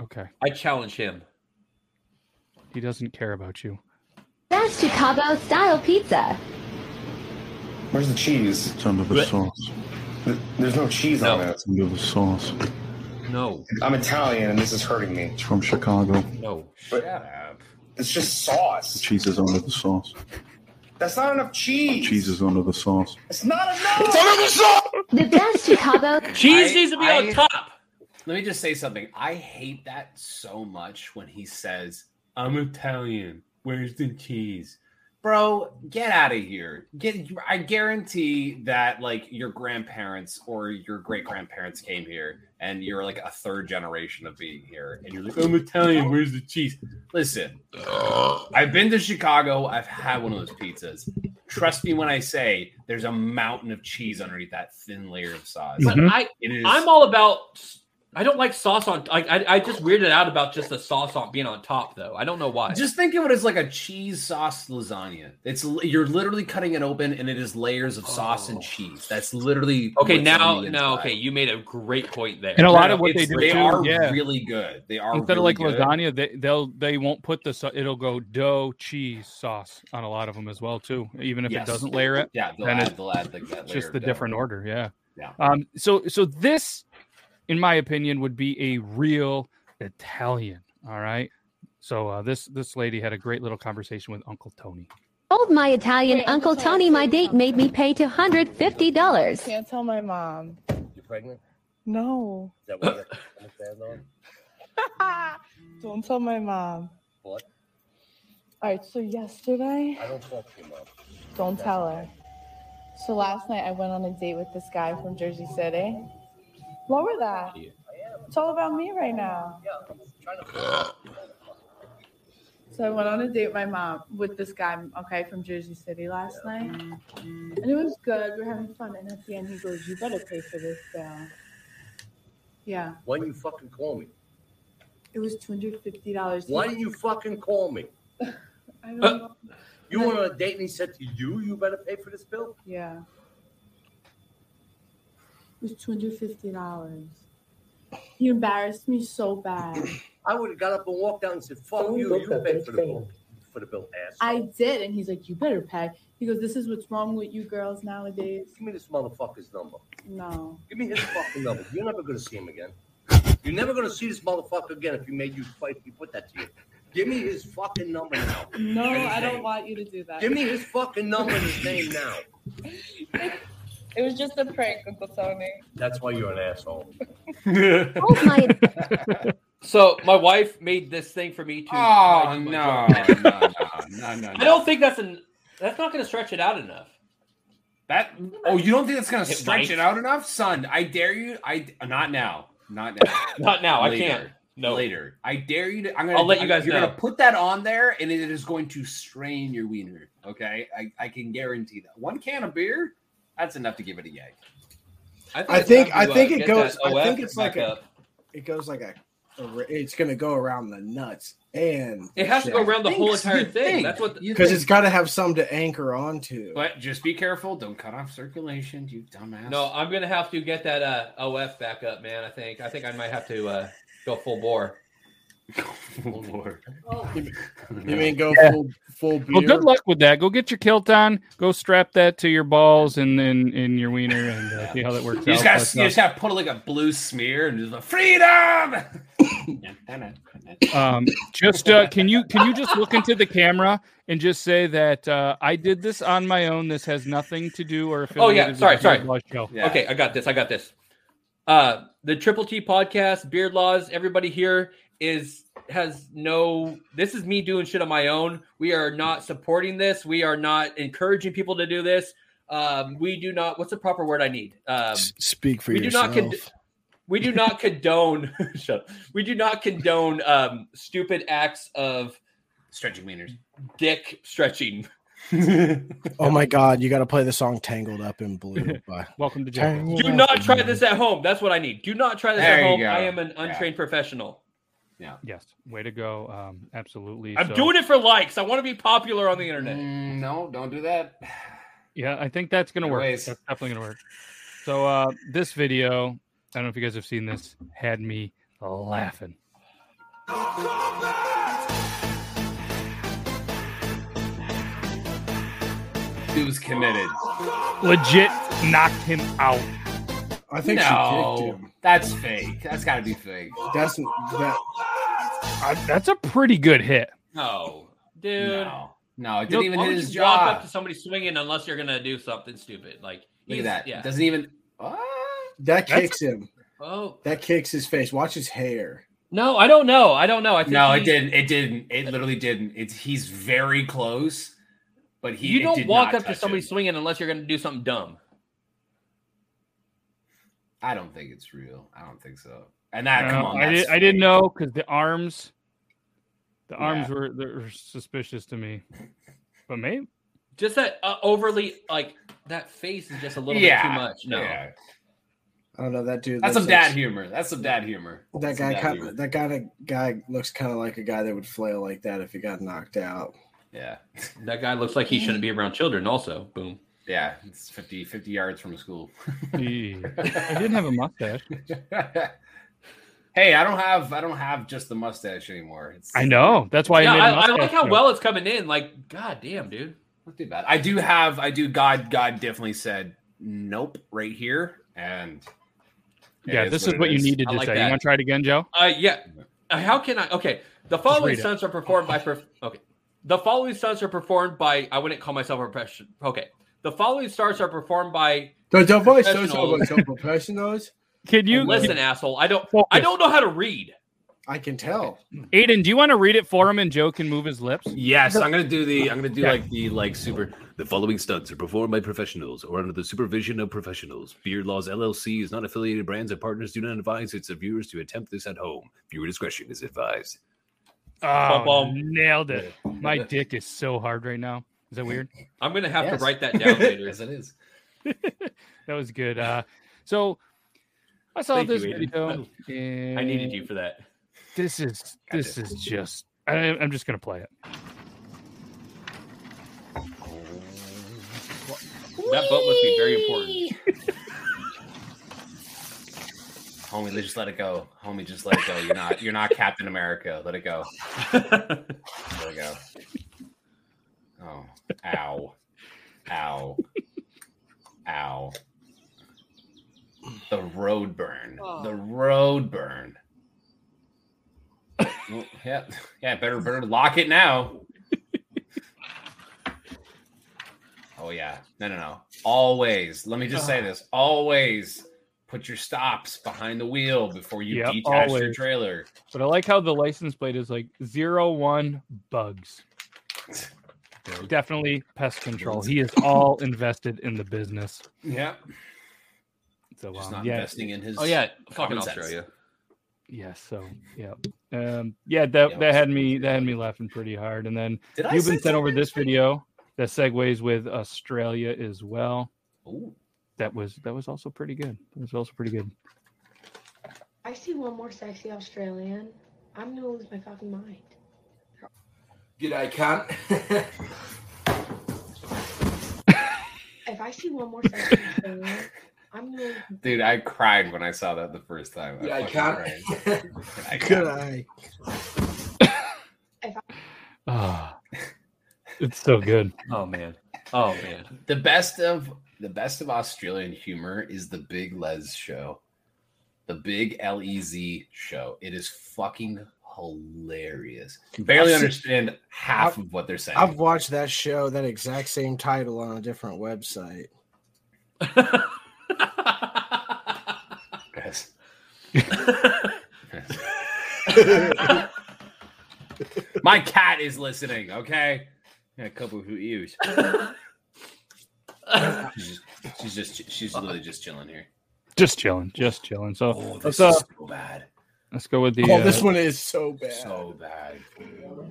Okay, I challenge him. he doesn't care about you. That's Chicago style pizza. Where's the cheese? It's under the Blech. sauce. Th- There's no cheese on No. that. It's under the sauce. No, I'm Italian and this is hurting me. It's from Chicago. no. Shut up. It's just sauce. Cheese is under the sauce. That's not enough cheese. Cheese is under the sauce. It's not enough. It's under the sauce. The best Chicago Cheese I- needs to be I- on top. Let me just say something. I hate that so much when he says, "I'm Italian. Where's the cheese?" Bro, get out of here. Get I guarantee that like your grandparents or your great-grandparents came here and you're like a third generation of being here and you're like, "I'm Italian. Where's the cheese?" Listen. I've been to Chicago. I've had one of those pizzas. Trust me when I say there's a mountain of cheese underneath that thin layer of sauce. But Mhm. I, It is I'm all about. I don't like sauce on. I, I, I just weirded out about just the sauce on being on top, though. I don't know why. Just think of it as like a cheese sauce lasagna. It's l- you're literally cutting it open, and it is layers of sauce Oh. and cheese. That's literally okay, what's on now, the now, inside. okay, you made a great point there. And a lot No, of what they it's- do, they too, are yeah. really good. They are Instead of like really good. lasagna, they they'll they won't put the sau- it'll go dough, cheese, sauce on a lot of them as well too. Even if Yes. it doesn't layer it, Yeah, they'll then add, it- they'll add like that it's layer just of the dough. different order. Yeah. Yeah. Um. So so this, in my opinion, would be a real Italian. All right. So uh, this this lady had a great little conversation with Uncle Tony. told my Italian Uncle Tony my date made me pay $250. Can't tell my mom. You're pregnant? No. Is that what you're Don't tell my mom. What? All right, so yesterday, I don't talk to you, mom. don't tell her. So last night I went on a date with this guy from Jersey City. Lower that. It's all about me right now. So I went on a date with my mom with this guy, okay, from Jersey City last night. And it was good. We were having fun. And at the end he goes, You better pay for this bill. Yeah. Why didn't you fucking call me? It was two hundred fifty dollars. didn't you fucking call me? I don't know. You went on a date and he said to you, you better pay for this bill? Yeah. It was two hundred fifty dollars. He embarrassed me so bad. I would have got up and walked out and said, fuck you, you pay for the bill. For the bill, ass. I did, and he's like, "You better pay." He goes, "This is what's wrong with you girls nowadays." Give me this motherfucker's number. No. Give me his fucking number. You're never gonna see him again. You're never gonna see this motherfucker again if you made you fight. You put that to you. Give me his fucking number now. No, I don't want you to do that. Give me his fucking number and his name now. It was just a prank, Uncle Tony. Oh That's why you're an asshole. Told my So my wife made this thing for me to. Oh, my- no, my- no, no, no, no. I don't think that's an. That's not going to stretch it out enough. That Oh, you don't think it's going to It stretch might. it out enough, son? I dare you. I not now. Not now. Not now, I Later. can't. No. Later. I dare you to. I'm gonna. I'll let you I'm- guys You're know. gonna put that on there, and it is going to strain your wiener. Okay, I, I can guarantee that. One can of beer, that's enough to give it a yay. I think uh, I think it goes. I think it's like a. It goes like a. a ra- It's gonna go around the nuts and. It has to go around the whole entire thing. That's what. Because it's got to have some to anchor onto. But just be careful. Don't cut off circulation, you dumbass. No, I'm gonna have to get that uh, OF back up, man. I think. I think I might have to uh, go full bore. full bore. You mean go Yeah. full full beer? Well, good luck with that. Go get your kilt on. Go strap that to your balls and then in your wiener and uh, see how that works You out. uh, just That's got you not- just got to put like a blue smear and just like freedom. um, just uh, can you can you just look into the camera and just say that uh, I did this on my own. This has nothing to do or Oh affiliated. yeah, sorry, with the sorry. Beard Laws show. Okay, I got this. I got this. Uh, the Triple T podcast, Beard Laws. Everybody here is has no. This is me doing shit on my own. We are not supporting this. We are not encouraging people to do this. Um, we do not. What's the proper word I need? Um, Speak for we yourself. do not cond- we do not condone shut up. we do not condone um stupid acts of stretching wieners dick stretching oh my god! You got to play the song "Tangled Up in Blue." By Welcome to Tangled do Up not in try this at home that's what i need do not try this There at you home go. i am an Yeah. untrained professional Yeah. Yes. Way to go. Um, absolutely. i'm So- doing it for likes i want to be popular on the internet Mm, no don't do that Yeah, I think that's gonna No work. ways. That's definitely gonna work. So uh, this video, I don't know if you guys have seen this, had me laughing. He was committed. Legit knocked him out. I think no, she kicked him. That's fake. That's got to be fake. That's that. I, that's a pretty good hit. no dude No. No, it Nope. didn't even Why hit would his you walk jaw. up to somebody swinging unless you're gonna do something stupid like Look he's- at that. yeah Doesn't even. That That's- kicks him. oh That kicks his face. Watch his hair. no i don't know i don't know i think No, it he- didn't. It didn't. It literally didn't. It's he's very close, but he. you it don't did walk not up to touch somebody him. swinging unless you're gonna do something dumb I don't think it's real. I don't think so. And Ah, that. come Uh, on. I, that's did, I didn't know because the arms, the Yeah. arms were, they were suspicious to me. But maybe just that uh, overly like that face is just a little Yeah, bit too much. No, yeah. I don't know that dude. That's that some looks- dad humor. That's some dad humor. That That's some guy dad kind humor. of, that guy guy looks kind of like a guy that would flail like that if he got knocked out. Yeah. that guy looks like he shouldn't be around children. Also, boom. Yeah. It's 50, 50 yards from school. Eee. I didn't have a mustache. hey, I don't have. I don't have just the mustache anymore. It's, I know. That's why yeah, I made a I, I mustache like how joke. well it's coming in. Like, god damn, dude. Not too bad. I do have. I do. God. God definitely said nope right here. And it Yeah, is this is it what you is. needed to I like say. that. You want to try it again, Joe? Uh, yeah. Uh, How can I? Okay, the following read it. stunts are performed by. Prof- okay, the following stunts are performed by. I wouldn't call myself a professional. Okay, the following stars are performed by. The the voice shows how Professionals. much of professionals. Can you Listen, can- asshole. I don't. Focus. I don't know how to read. I can tell. Aiden? Do you want to read it for him and Joe can move his lips? Yes, I'm gonna do the. I'm gonna do Yeah. like the like super. The following stunts are performed by professionals or under the supervision of professionals. Beard Laws LLC is not affiliated brands and partners do not advise its viewers to attempt this at home. Viewer discretion is advised. Oh, nailed it. My dick is so hard right now. Is that weird? I'm gonna have Yes. to write that down later. Yes, it is. That was good. Uh, so I saw Thank you, this video. Aiden. I needed you for that. This is this is just. I, I'm just gonna play it. That butt must be very important. Homie, just let it go. Homie, just let it go. You're not. You're not Captain America. Let it go. Let it go. Oh, ow, ow, ow. The road burn. The road burn. Well, yeah, yeah. Better, better lock it now. Oh yeah. No, no, no. Always. Let me just say this. Always put your stops behind the wheel before you Yep, detach your always. trailer. But I like how the license plate is like zero one bugs. Definitely pest control. He is all invested in the business. Yeah. So Just um, not yeah. investing in his Oh, yeah, fucking common sense. Australia. Yeah. So yeah. Um, yeah. That Yeah, that had me that had me laughing pretty hard. And then Did I you've say been sent over this video that segues with Australia as well. Ooh. That was that was also pretty good. That was also pretty good. I see one more sexy Australian. I'm gonna lose my fucking mind. G'day, cunt. If I see one more sexy Australian, I'm gonna lose Dude, I cried when I saw that the first time. Yeah, I fucking can't. cried. I Could can't. I? Ah, it's so good. Oh man. Oh man. The best of the best of Australian humor is the Big Les show. The Big L E Z show. It is fucking hilarious. You barely I've seen- understand half I've- of what they're saying. I've watched that show, that exact same title on a different website. Yes. My cat is listening, okay? Got a couple who ears. she's, just, she's just she's literally just chilling here. Just chilling. Just chilling. So Oh, let's this uh, is so bad. let's go with the. oh, uh, this one is so bad. So bad.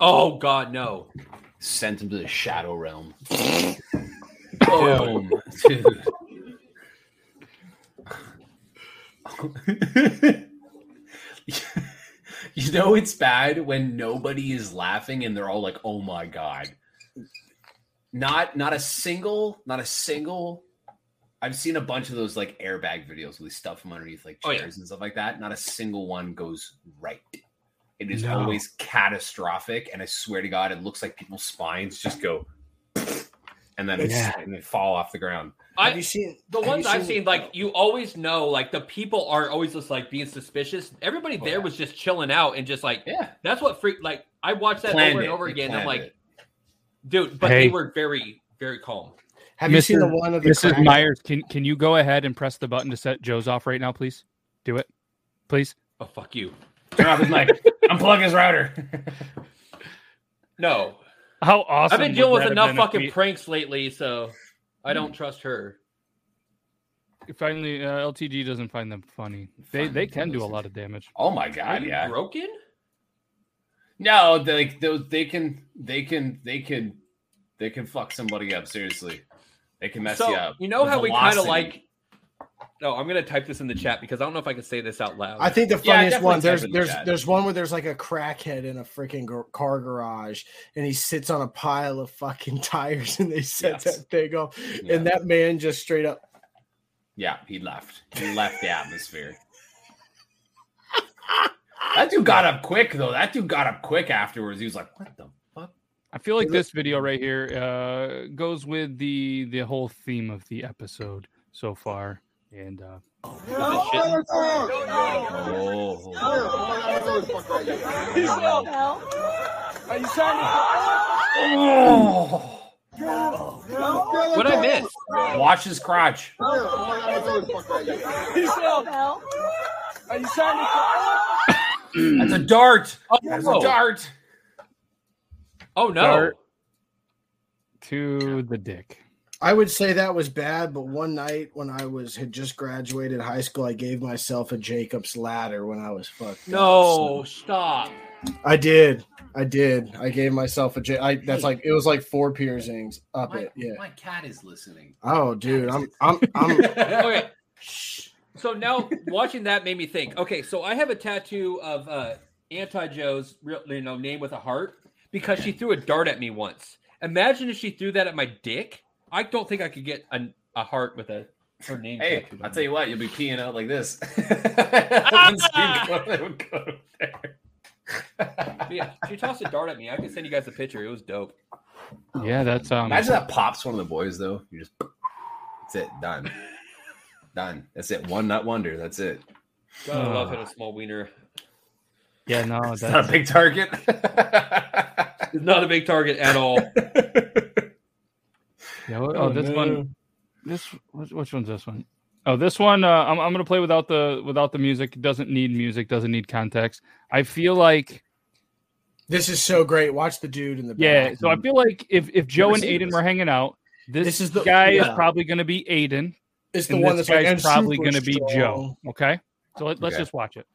Oh God, no. Sent him to the shadow realm. Boom. Dude. you know it's bad when nobody is laughing and they're all like, "Oh my god." Not not a single, not a single I've seen a bunch of those like airbag videos where they stuff them underneath like Oh, chairs yeah. and stuff like that. Not a single one goes right. It is No. always catastrophic, and I swear to God, it looks like people's spines just go and then Yeah. and they fall off the ground. I, have you seen the have ones you I've seen? Like you always know, like the people are always just like being suspicious. Everybody there was just chilling out and just like, yeah, that's what freak. Like I watched that Planned over it. and over They again. and I'm planned like, dude, but Hey. they were very, very calm. Have you seen the Mr. one of the Mrs. crack- Myers? Can can you go ahead and press the button to set Joe's off right now, please? Do it, please. Oh fuck you. Turn off his mic. Unplug his router. No, How awesome! I've been would dealing that with have enough been if fucking we- pranks lately, so I don't trust her. Finally, uh, LTG doesn't find them funny. They they can do a lot of damage. Oh my Are god, you yeah. broken? No, they, like those they can they can they can they can fuck somebody up seriously. They can mess so, you up. know The how we kind of velocity. like. No, I'm gonna type this in the chat because I don't know if I can say this out loud. I think the Yeah, funniest definitely one there's type in the there's chat. there's one where there's like a crackhead in a freaking gar- car garage and he sits on a pile of fucking tires and they Yes. set that thing off Yeah. and that man just straight up Yeah, he left. He left the atmosphere. That dude got up quick though. That dude got up quick afterwards. He was like, "What the fuck?" I feel like this video right here uh, goes with the the whole theme of the episode so far, and uh, Oh. What I miss? Watch his crotch. That's a dart. That's a no. dart. Oh no! Dart to the dick. I would say that was bad, but one night when I was had just graduated high school, I gave myself a Jacob's ladder when I was fucked. No, up, stop. so- I did, I did. I gave myself a Ja- I That's like it was like four piercings up My, it. Yeah. my cat is listening. Oh, dude, I'm I'm I'm Okay. So now watching that made me think. Okay, so I have a tattoo of uh, Anti Joe's real, you know, name with a heart because she threw a dart at me once. Imagine if she threw that at my dick. I don't think I could get a, a heart with a her name. Hey, tattooed on I'll me. tell you what, you'll be peeing out like this. But yeah, she tossed a dart at me. I can send you guys a picture. It was dope. Yeah, that's um. Imagine that pops one of the boys though. You just that's it, done. done. That's it. One nut wonder. That's it. God, I love Ah. having a small wiener. Yeah, no, that's It's not a big target. It's not a big target at all. Yeah, wh- oh, Oh, this no. Oh, one. This which, which one's this one? Oh, this one uh, I'm, I'm gonna play without the without the music. It doesn't need music. Doesn't need context. I feel like This is so great. Watch the dude in the yeah. back. So I feel like if if Joe Never and seen Aiden this. were hanging out, this, This is the- guy is yeah. probably gonna be Aiden. It's the and one this that's like, guy's "I'm probably super gonna be Joe. Okay, so let, let's Okay. just watch it.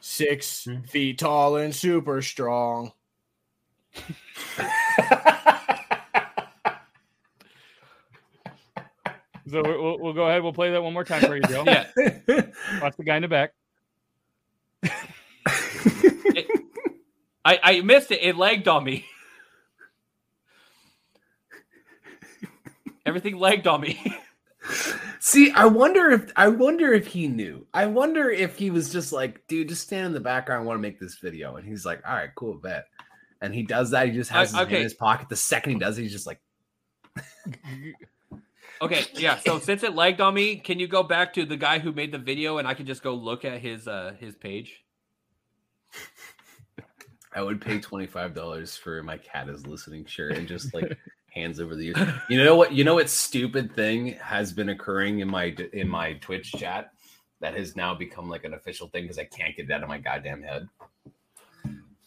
six Hmm. feet tall and super strong. So we'll, we'll- we'll go ahead. We'll play that one more time for you, Joe. Yeah. Watch the guy in the back. I, I missed it. It lagged on me. Everything lagged on me. See, I wonder if I wonder if he knew. I wonder if he was just like, dude, just stand in the background. I want to make this video, and he's like, all right, cool, bet. And he does that. He just has I- his hand okay. in his pocket. The second he does, it, he's just like, Okay, yeah. So since it lagged on me, can you go back to the guy who made the video and I can just go look at his uh his page? I would pay twenty five dollars for my cat is listening shirt, and just like hands over the ears. You know what? You know what? Stupid thing has been occurring in my in my Twitch chat that has now become like an official thing because I can't get it out of my goddamn head.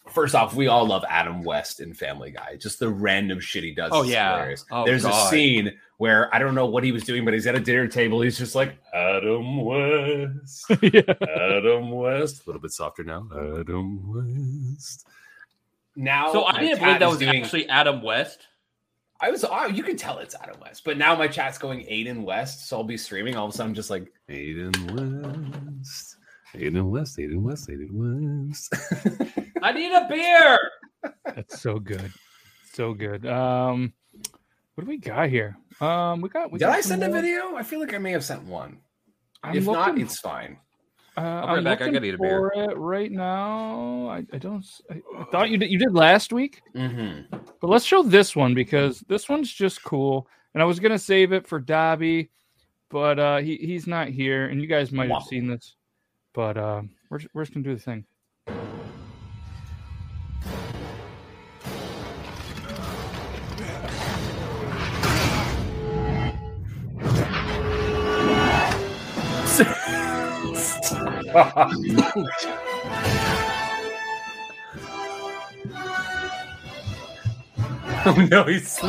First off, we all love Adam West and Family Guy. Just the random shit he does. Oh, is yeah. Oh, There's a God. scene where I don't know what he was doing, but he's at a dinner table. He's just like Adam West, Adam West. A little bit softer now. Adam West. Now, so my I didn't cat believe that is was doing- actually Adam West. I was, oh, you can tell it's Adam West, but now my chat's going Aiden West, so I'll be streaming. All of a sudden, I'm just like Aiden West, Aiden West, Aiden West, Aiden West. I need a beer. That's so good, so good. Um, what do we got here? Um, we got. We Did got I some send a more- video? I feel like I may have sent one. I'm if not, looking- it's fine. Uh, i I'll bring it back. I I gotta eat a beer. it right now. I, I don't. s- I, I thought you did. You did last week, Mm-hmm. but let's show this one because this one's just cool. And I was gonna save it for Dobby, but uh, he he's not here, and you guys might have Womp. seen this. But uh, we're just- we're just gonna do the thing. Oh no, he's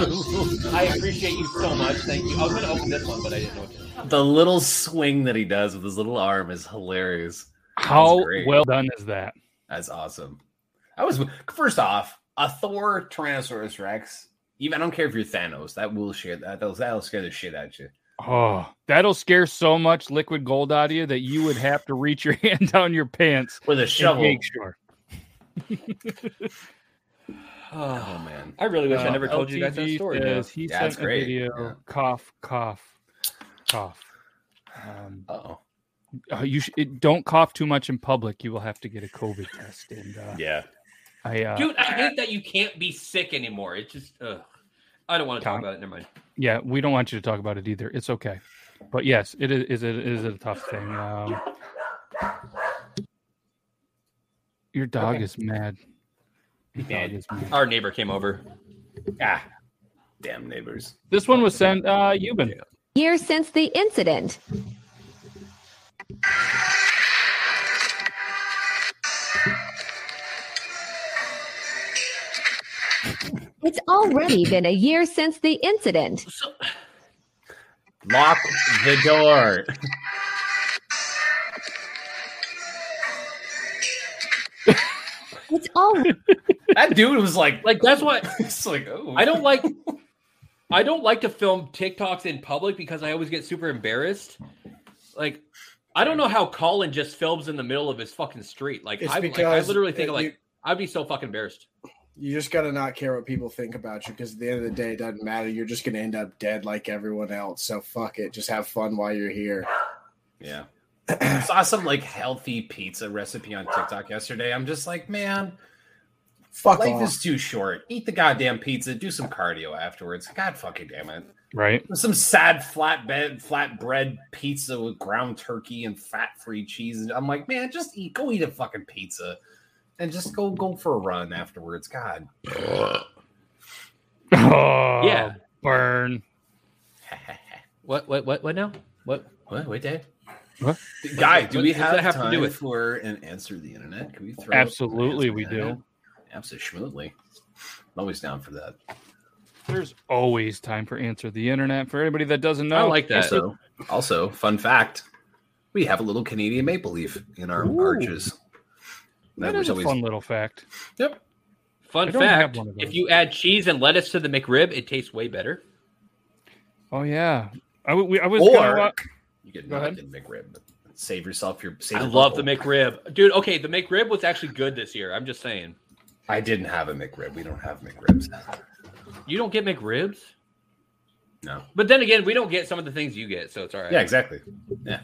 I appreciate you so much. Thank you. I was gonna open this one, but I didn't know what to the little swing that he does with his little arm is hilarious. That's How great. well done is that? That's awesome. I was first off a Thor Tyrannosaurus Rex. Even I don't care if you're Thanos, that will share that that'll, that'll scare the shit out of you. Oh, that'll scare so much liquid gold out of you that you would have to reach your hand down your pants With a and shovel. Make sure. Oh man, I really wish I never Uh, told you guys that LTG story. says though. He Yeah, sent it's great. a video. Yeah. Cough, cough, cough. Um, Uh-oh. uh, you sh- it, don't cough too much in public. You will have to get a COVID test. And uh, yeah, I uh, Dude, I hate that you can't be sick anymore. It's just ugh. I don't want to talk Tom? about it. Never mind. yeah, we don't want you to talk about it either. It's okay, but yes, it is. Is it is it a tough thing? Um, your dog Okay. is mad. Your dog is mad. Our neighbor came over. Ah, damn neighbors. This one was sent. Uh, you've been. Years since the incident. It's already been a year since the incident. Lock the door. It's all that dude was like, Like that's what it's like. Oh, I don't like. I don't like to film TikToks in public because I always get super embarrassed. Like, I don't know how Colin just films in the middle of his fucking street. Like, It's I, like, I because literally think it- like you- I'd be so fucking embarrassed. You just gotta not care what people think about you because at the end of the day, it doesn't matter. You're just gonna end up dead like everyone else. So fuck it. Just have fun while you're here. Yeah. I saw some like healthy pizza recipe on TikTok yesterday. I'm just like, man, Fuck life off. is too short. Eat the goddamn pizza, do some cardio afterwards. God fucking damn it. Right. Some sad flatbed flatbread pizza with ground turkey and fat-free cheese. And I'm like, man, just eat go eat a fucking pizza and just go go for a run afterwards. God. Oh, Yeah. Burn. What? What? What? What now? What? What? Wait, Dave. What? Guy, do What we does have, that have to do time with- for an answer to the internet? Can we throw Absolutely, we do. Absolutely. I'm always down for that. There's always time for answer the internet. For anybody that doesn't know, Answer- Also, also, fun fact: we have a little Canadian maple leaf in our Ooh. arches. that was is a always- fun little fact. Yep. I Fun don't have fact: one of if you add cheese and lettuce to the McRib, it tastes way better. Oh yeah, I, w- we, I was. Or- gonna wa- You get Go ahead. nothing McRib. but Save yourself your. Save I your love the bubble. McRib, dude. Okay, the McRib was actually good this year. I'm just saying. I didn't have a McRib. We don't have McRibs. You don't get McRibs, No. but then again, we don't get some of the things you get, so it's all right. Yeah, exactly. Yeah.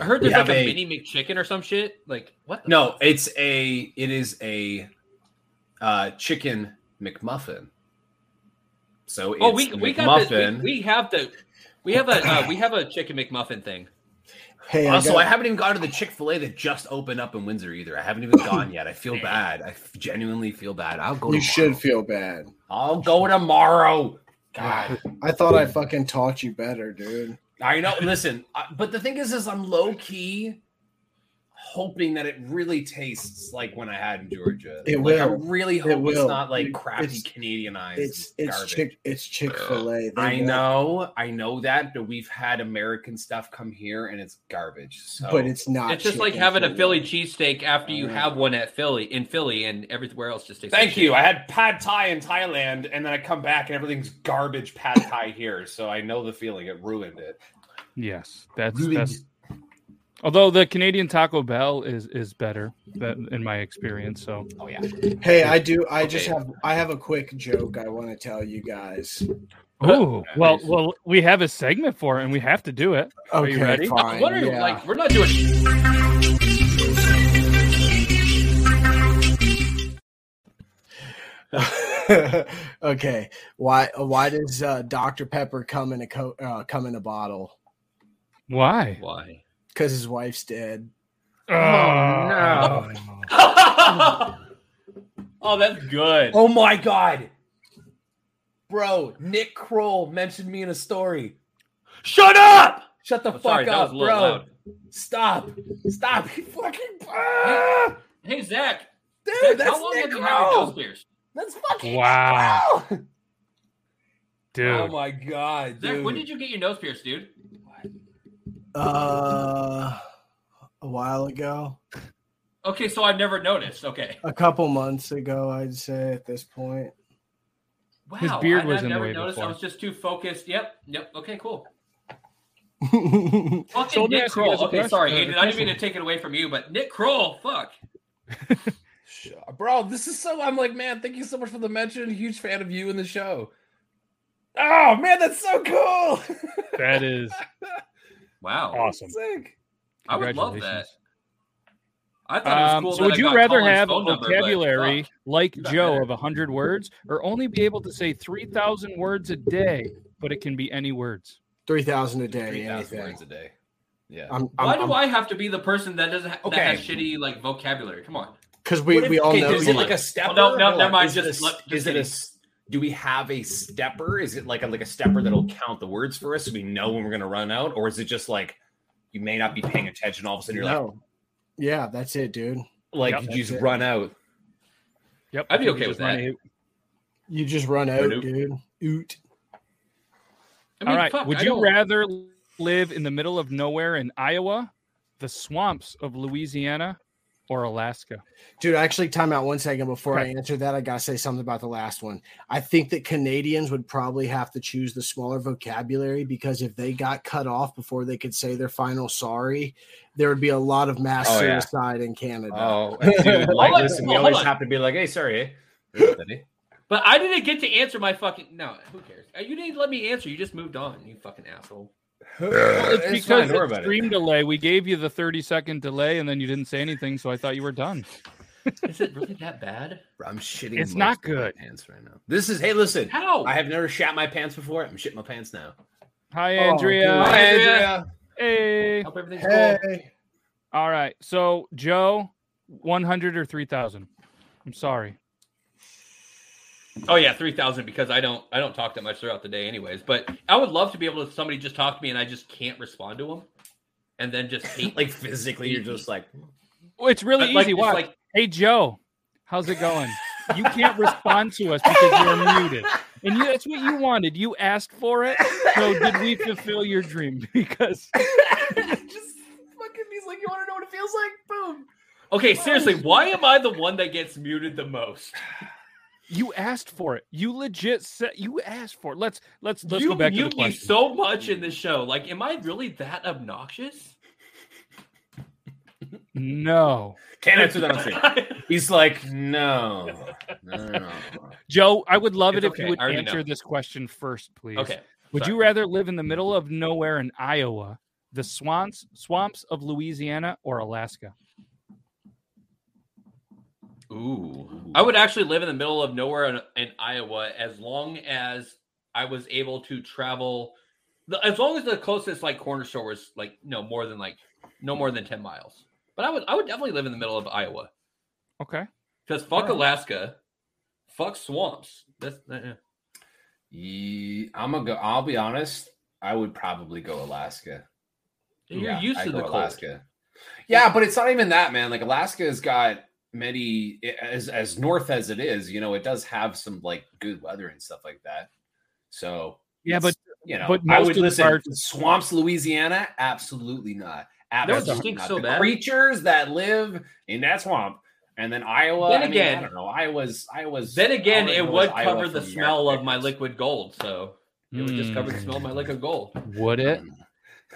I heard there's We like have a, a- mini McChicken or some shit. Like what? The No, it's a. It is a. Uh, chicken McMuffin. So it's oh, we we got the, McMuffin. Uh, we, we have the we have a uh, we have a chicken McMuffin thing. Hey, also, I I, got- haven't even gone to the Chick Fil A that just opened up in Windsor either. I haven't even gone yet. I feel bad. I f- genuinely feel bad. I'll go. tomorrow. You should feel bad. I'll go tomorrow. God, I thought I fucking taught you better, dude. I know. Listen, I, but the thing is, is I'm low key hoping that it really tastes like when I had in Georgia. It Like, I will. really It hope it's will. not like It- crappy it's- Canadianized. It's it's garbage. chick it's Chick Fil A. I know, I know that, but we've had American stuff come here and it's garbage. So. But it's not It's just like chicken having a Fil-A. Philly cheesesteak after you have one at Philly in Philly and everywhere else just tastes. like Thank shit. you. I had pad thai in Thailand, and then I come back and everything's garbage pad thai here. So I know the feeling. It ruined it. Yes, that's Really- that's. Although the Canadian Taco Bell is is better than, in my experience, so oh yeah. Hey, I do. I just Okay. have. I have a quick joke I want to tell you guys. Oh well, well we have a segment for it, and we have to do it. Are you Okay, ready? fine, I was wondering, yeah. Like we're not doing. okay, why why does uh, Dr Pepper come in a co- uh, come in a bottle? Why? Why? Because his wife's dead. Oh, Oh, that's good. Oh my god, bro! Nick Kroll mentioned me in a story. Shut up! Shut the I'm fuck sorry, that up, was a bro! little loud. Stop! Stop! You fucking ah! Hey Zach, dude, Zach, that's how long Nick have you had Kroll! those beers? That's fucking Wow. Kroll! dude. Oh my god, Zach, dude! when did you get your nose pierced, dude? Uh, a while ago, Okay, so I've never noticed. Okay, a couple months ago, I'd say at this point. wow. His beard I, was I've in the never way noticed. I before. was just too focused. Yep, yep. Okay, cool. Fucking So let me ask Nick you guys Kroll. a Okay, question- sorry, uh, a Aiden. I didn't question. mean to take it away from you, but Nick Kroll, fuck. bro? This is so. I'm like, man, thank you so much for the mention. Huge fan of you in the show. Oh man, that's so cool! That is Wow. awesome. Sick. I would love that. Congratulations. I thought it was Um, cool. so, that would I you got rather Colin's have a phone number, but vocabulary fuck. like Not Joe better. of 100 words, or only be able to say 3,000 words a day, but it can be any words? Three thousand a day. Three thousand Anything. words a day. Yeah. I'm, Why I'm, do I have to be the person that doesn't ha- Okay. that has shitty like vocabulary? Come on. Because we, What if- we all okay, know. Is you. it like a stepper? Oh, no, no, Hold on. never mind, Is it a just s- let- just is it a? kidding. s- Do we have a stepper? Is it like a like a stepper that'll count the words for us so we know when we're gonna run out, or is it just like you may not be paying attention all of a sudden you're no. Yeah, that's it, dude. like Yep, like you that's just it. run out? Yep. I'd be You okay just with run that. it. You just run out, Nope. dude. Oot. I All mean, right. fuck, would I you don't- rather live in the middle of nowhere in Iowa, the swamps of Louisiana, or Alaska? Dude, actually, time out one second before Okay. I answer that. I gotta say something about the last one. I think that Canadians would probably have to choose the smaller vocabulary because if they got cut off before they could say their final sorry, there would be a lot of mass Oh, yeah. suicide in Canada. Oh, dude, like Hold on, listen, we hold always on. have to be like, hey, sorry. eh? But I didn't get to answer my fucking. No, who cares? Uh, You didn't let me answer. You just moved on. You fucking asshole. Well, it's, It's fine, because don't worry it's about it. stream delay. We gave you the 30 second delay and then you didn't say anything, so I thought you were done. Is it really that bad? I'm shitting. It's most not of my good. Pants right now. This is hey, listen. How? I have never shat my pants before. I'm shitting my pants now. Hi, Oh, Andrea. dude. Hi, Andrea. Hey. Hope everything's cool. Hey, All right. So, Joe, 100 or 3,000? I'm sorry. Oh yeah, three thousand because I don't I don't talk that much throughout the day, anyways. But I would love to be able to somebody just talk to me and I just can't respond to them, and then just hate like physically. You're just like Well, it's really But, like, easy. it's Watch. like- hey Joe, how's it going? You can't respond to us because you're muted, and you, that's what you wanted. You asked for it, so did we fulfill your dream? Because Fucking, he's like, you want to know what it feels like? Boom. okay. Seriously, why am I the one that gets muted the most? you asked for it. You legit said you asked for it. Let's let's let's you go back to the mute me question. so much in this show. Like, am I really that obnoxious? no, Can't answer that on stream. He's like, no, no. Joe, I would love it It's if okay, you would I already answer know. this question first, please. Okay, Would you rather live in the middle of nowhere in Iowa, the swamps swamps of Louisiana, or Alaska? Ooh. I would actually live in the middle of nowhere in, in Iowa as long as I was able to travel. The, as long as the closest like corner store was like no more than like no more than ten miles. But I would I would definitely live in the middle of Iowa Okay. because fuck Alright. Alaska, fuck swamps. That's uh, that, yeah. Ye- I'm gonna go. I'll be honest. I would probably go Alaska. You're used I'd to the go cold. Alaska. Yeah, but it's not even that, man. Like Alaska's got many as as north as it is. You know, it does have some like good weather and stuff like that. So Yeah, but- it's, you know, but I most would of the listen. parts- swamps, Louisiana, absolutely not. That would Absolutely stink not. so the bad. creatures that live in that swamp, and then Iowa. Then I mean, again- I don't know. Iowa's Iowa's. Then again, all I it know is would Iowa cover the from here. smell of my liquid gold, so it would just cover the Mm. smell of my liquid gold. Would it?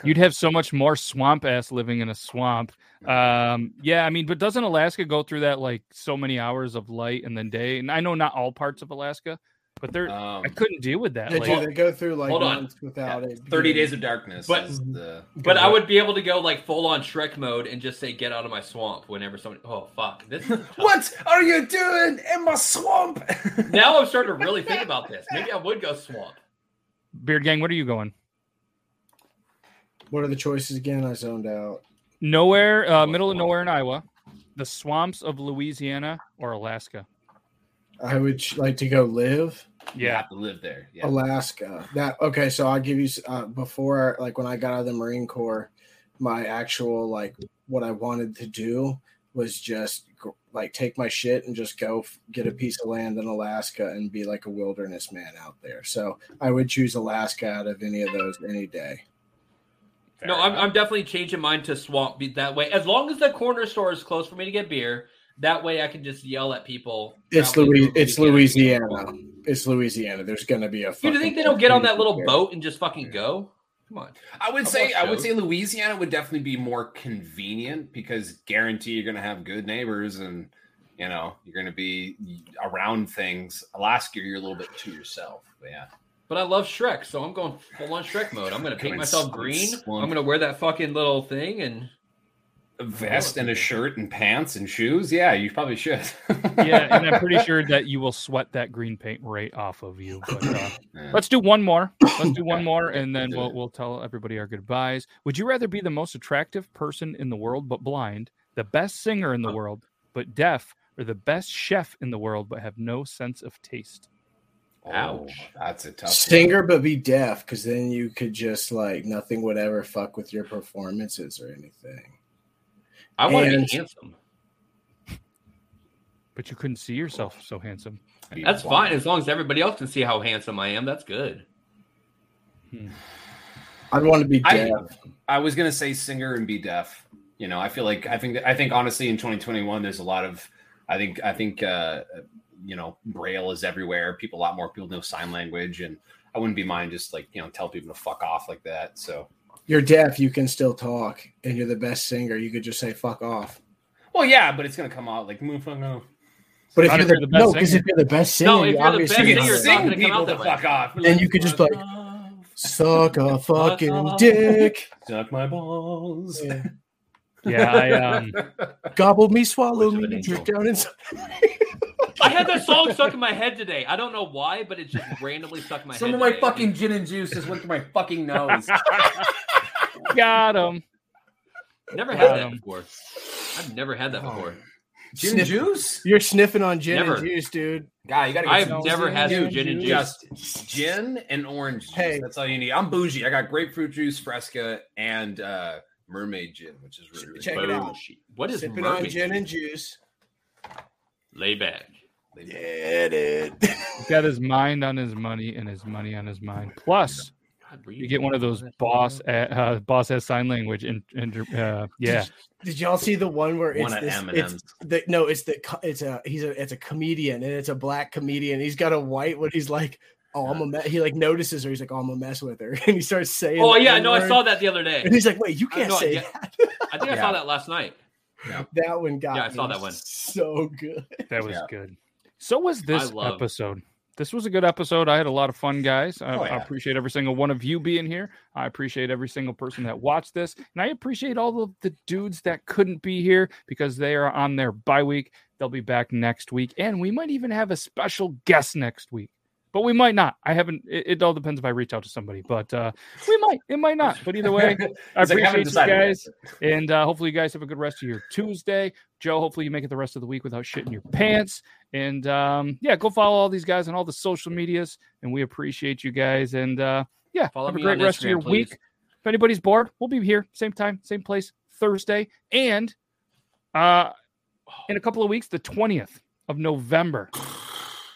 You'd have so much more swamp ass living in a swamp. Um, yeah, I mean, but doesn't Alaska go through that like so many hours of light and then day? And I know not all parts of Alaska, but Um, there I couldn't deal with that. They, like- do, they go through like Hold on. months without it. 30 being- days of darkness But- is the But I would be able to go like full on Shrek mode and just say "Get out of my swamp" whenever somebody. Oh fuck! This is what are you doing in my swamp now I'm starting to really think about this. Maybe I would go swamp. Beard gang, what are you going? What are the choices again? I zoned out. Nowhere, uh, middle of nowhere in Iowa, the swamps of Louisiana or Alaska. I would ch- like to go live Yeah, to live there. Alaska. That okay? So I'll give you s- uh, before like when I got out of the Marine Corps, my actual like what I wanted to do was just gr- like take my shit and just go f- get a piece of land in Alaska and be like a wilderness man out there. So I would choose Alaska out of any of those any day. no, I'm, I'm definitely changing mine to swamp. Be that way as long as the corner store is closed for me to get beer. That way I can just yell at people. It's traveling Louis. through It's Louisiana. It's Louisiana. There's gonna be a. You do think they don't get on that little boat and just fucking go? Come on. i would I've say watched i would shows. say louisiana would definitely be more convenient because guarantee you're going to have good neighbors and you know you're going to be around things alaska you're a little bit to yourself but yeah But I love Shrek, so I'm going full on Shrek mode. I'm gonna Going paint myself swamp, green. swamp. I'm gonna wear that fucking little thing and a vest and a shirt and pants and shoes yeah you probably should yeah, and I'm pretty sure that you will sweat that green paint right off of you. But uh, let's do one more. Let's do one more, and then we'll we'll tell everybody our goodbyes. Would you rather be the most attractive person in the world but blind, the best singer in the world but deaf, or the best chef in the world but have no sense of taste? ouch Oh, that's a tough one. Singer, but be deaf, because then you could just like nothing would ever fuck with your performances or anything. I want to And- be handsome. But you couldn't see yourself so handsome. That's fine as long as everybody else can see how handsome I am. That's good. I'd want to be I- deaf. I was gonna say singer and be deaf. You know, I feel like I think I think honestly in 2021 there's a lot of I think I think uh you know braille is everywhere. People a lot more people know sign language and I wouldn't be mind just like you know tell people to fuck off like that. So you're deaf, you can still talk, and you're the best singer. You could just say "fuck off." well yeah, but it's gonna come out like motherfucker. no. But if Not you're if the, you're the best no, because singer. if you're the best singer, No, if you you're the best obviously singer, are. it's not gonna come out that way. Fuck off. Then you could just like suck a fucking dick, Suck my balls. Yeah. Yeah, I, um, gobble me, swallow me, drink down inside. I had that song stuck in my head today. I don't know why, but it just randomly stuck in my Some head. of my today. fucking gin and juice just went through my fucking nose. Got him. Never Got had that 'em. before. I've never had that before. Gin and juice? You're sniffing on gin Never. and juice, dude. God, you gotta. get I've some never had gin gin and Just gin and orange juice. That's all you need. I'm bougie. I got grapefruit juice, Fresca, and uh, mermaid gin, which is really, really Check it out. bougie. sipping on gin and juice? Lay back. Yeah, dude. He's got his mind on his money and his money on his mind. Plus, you get one of those boss at, uh, boss ass sign language and, and uh, yeah. Did y'all see the one where it's One of this, M&M's. it's the no, it's the co- it's a he's a it's a comedian and it's a black comedian. He's got a white what he's like, oh I'm a me-. he like notices her. He's like, oh, I'm a mess with her, and he starts saying, Oh the yeah, no, I N-word. saw that the other day. And he's like, wait, you I can't know, say yeah. that. I think I Yeah. saw that last night. That one got Yeah, I saw me that one. so good. That was good. So was this I love- episode. This was a good episode. I had a lot of fun, guys. I, Oh, I yeah. appreciate every single one of you being here. I appreciate every single person that watched this. And I appreciate all of the dudes that couldn't be here because they are on their bye week. They'll be back next week. And we might even have a special guest next week. But we might not. I haven't. It, it all depends if I reach out to somebody. But uh, we might. It might not. But either way, I He's like, "I haven't appreciate you decided yet." guys. And uh, hopefully, you guys have a good rest of your Tuesday. Joe, hopefully, you make it the rest of the week without shitting your pants. And um, yeah, go follow all these guys on all the social medias. And we appreciate you guys. And uh, yeah, Follow have a me great on rest of Instagram, your please. week. If anybody's bored, we'll be here same time, same place Thursday. And uh, in a couple of weeks, the 20th of November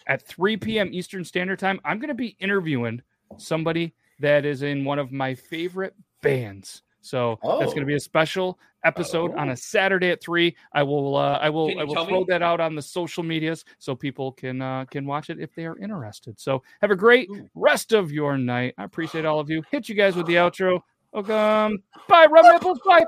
at 3 p.m. Eastern Standard Time, I'm going to be interviewing somebody that is in one of my favorite bands. So that's going to be a special episode on a Saturday at three. I will uh, I will Can you I will tell throw me? that out on the social medias so people can uh, can watch it if they are interested. So have a great rest of your night. I appreciate all of you. Hit you guys with the outro. Okay, um, bye, rub nipples. Bye.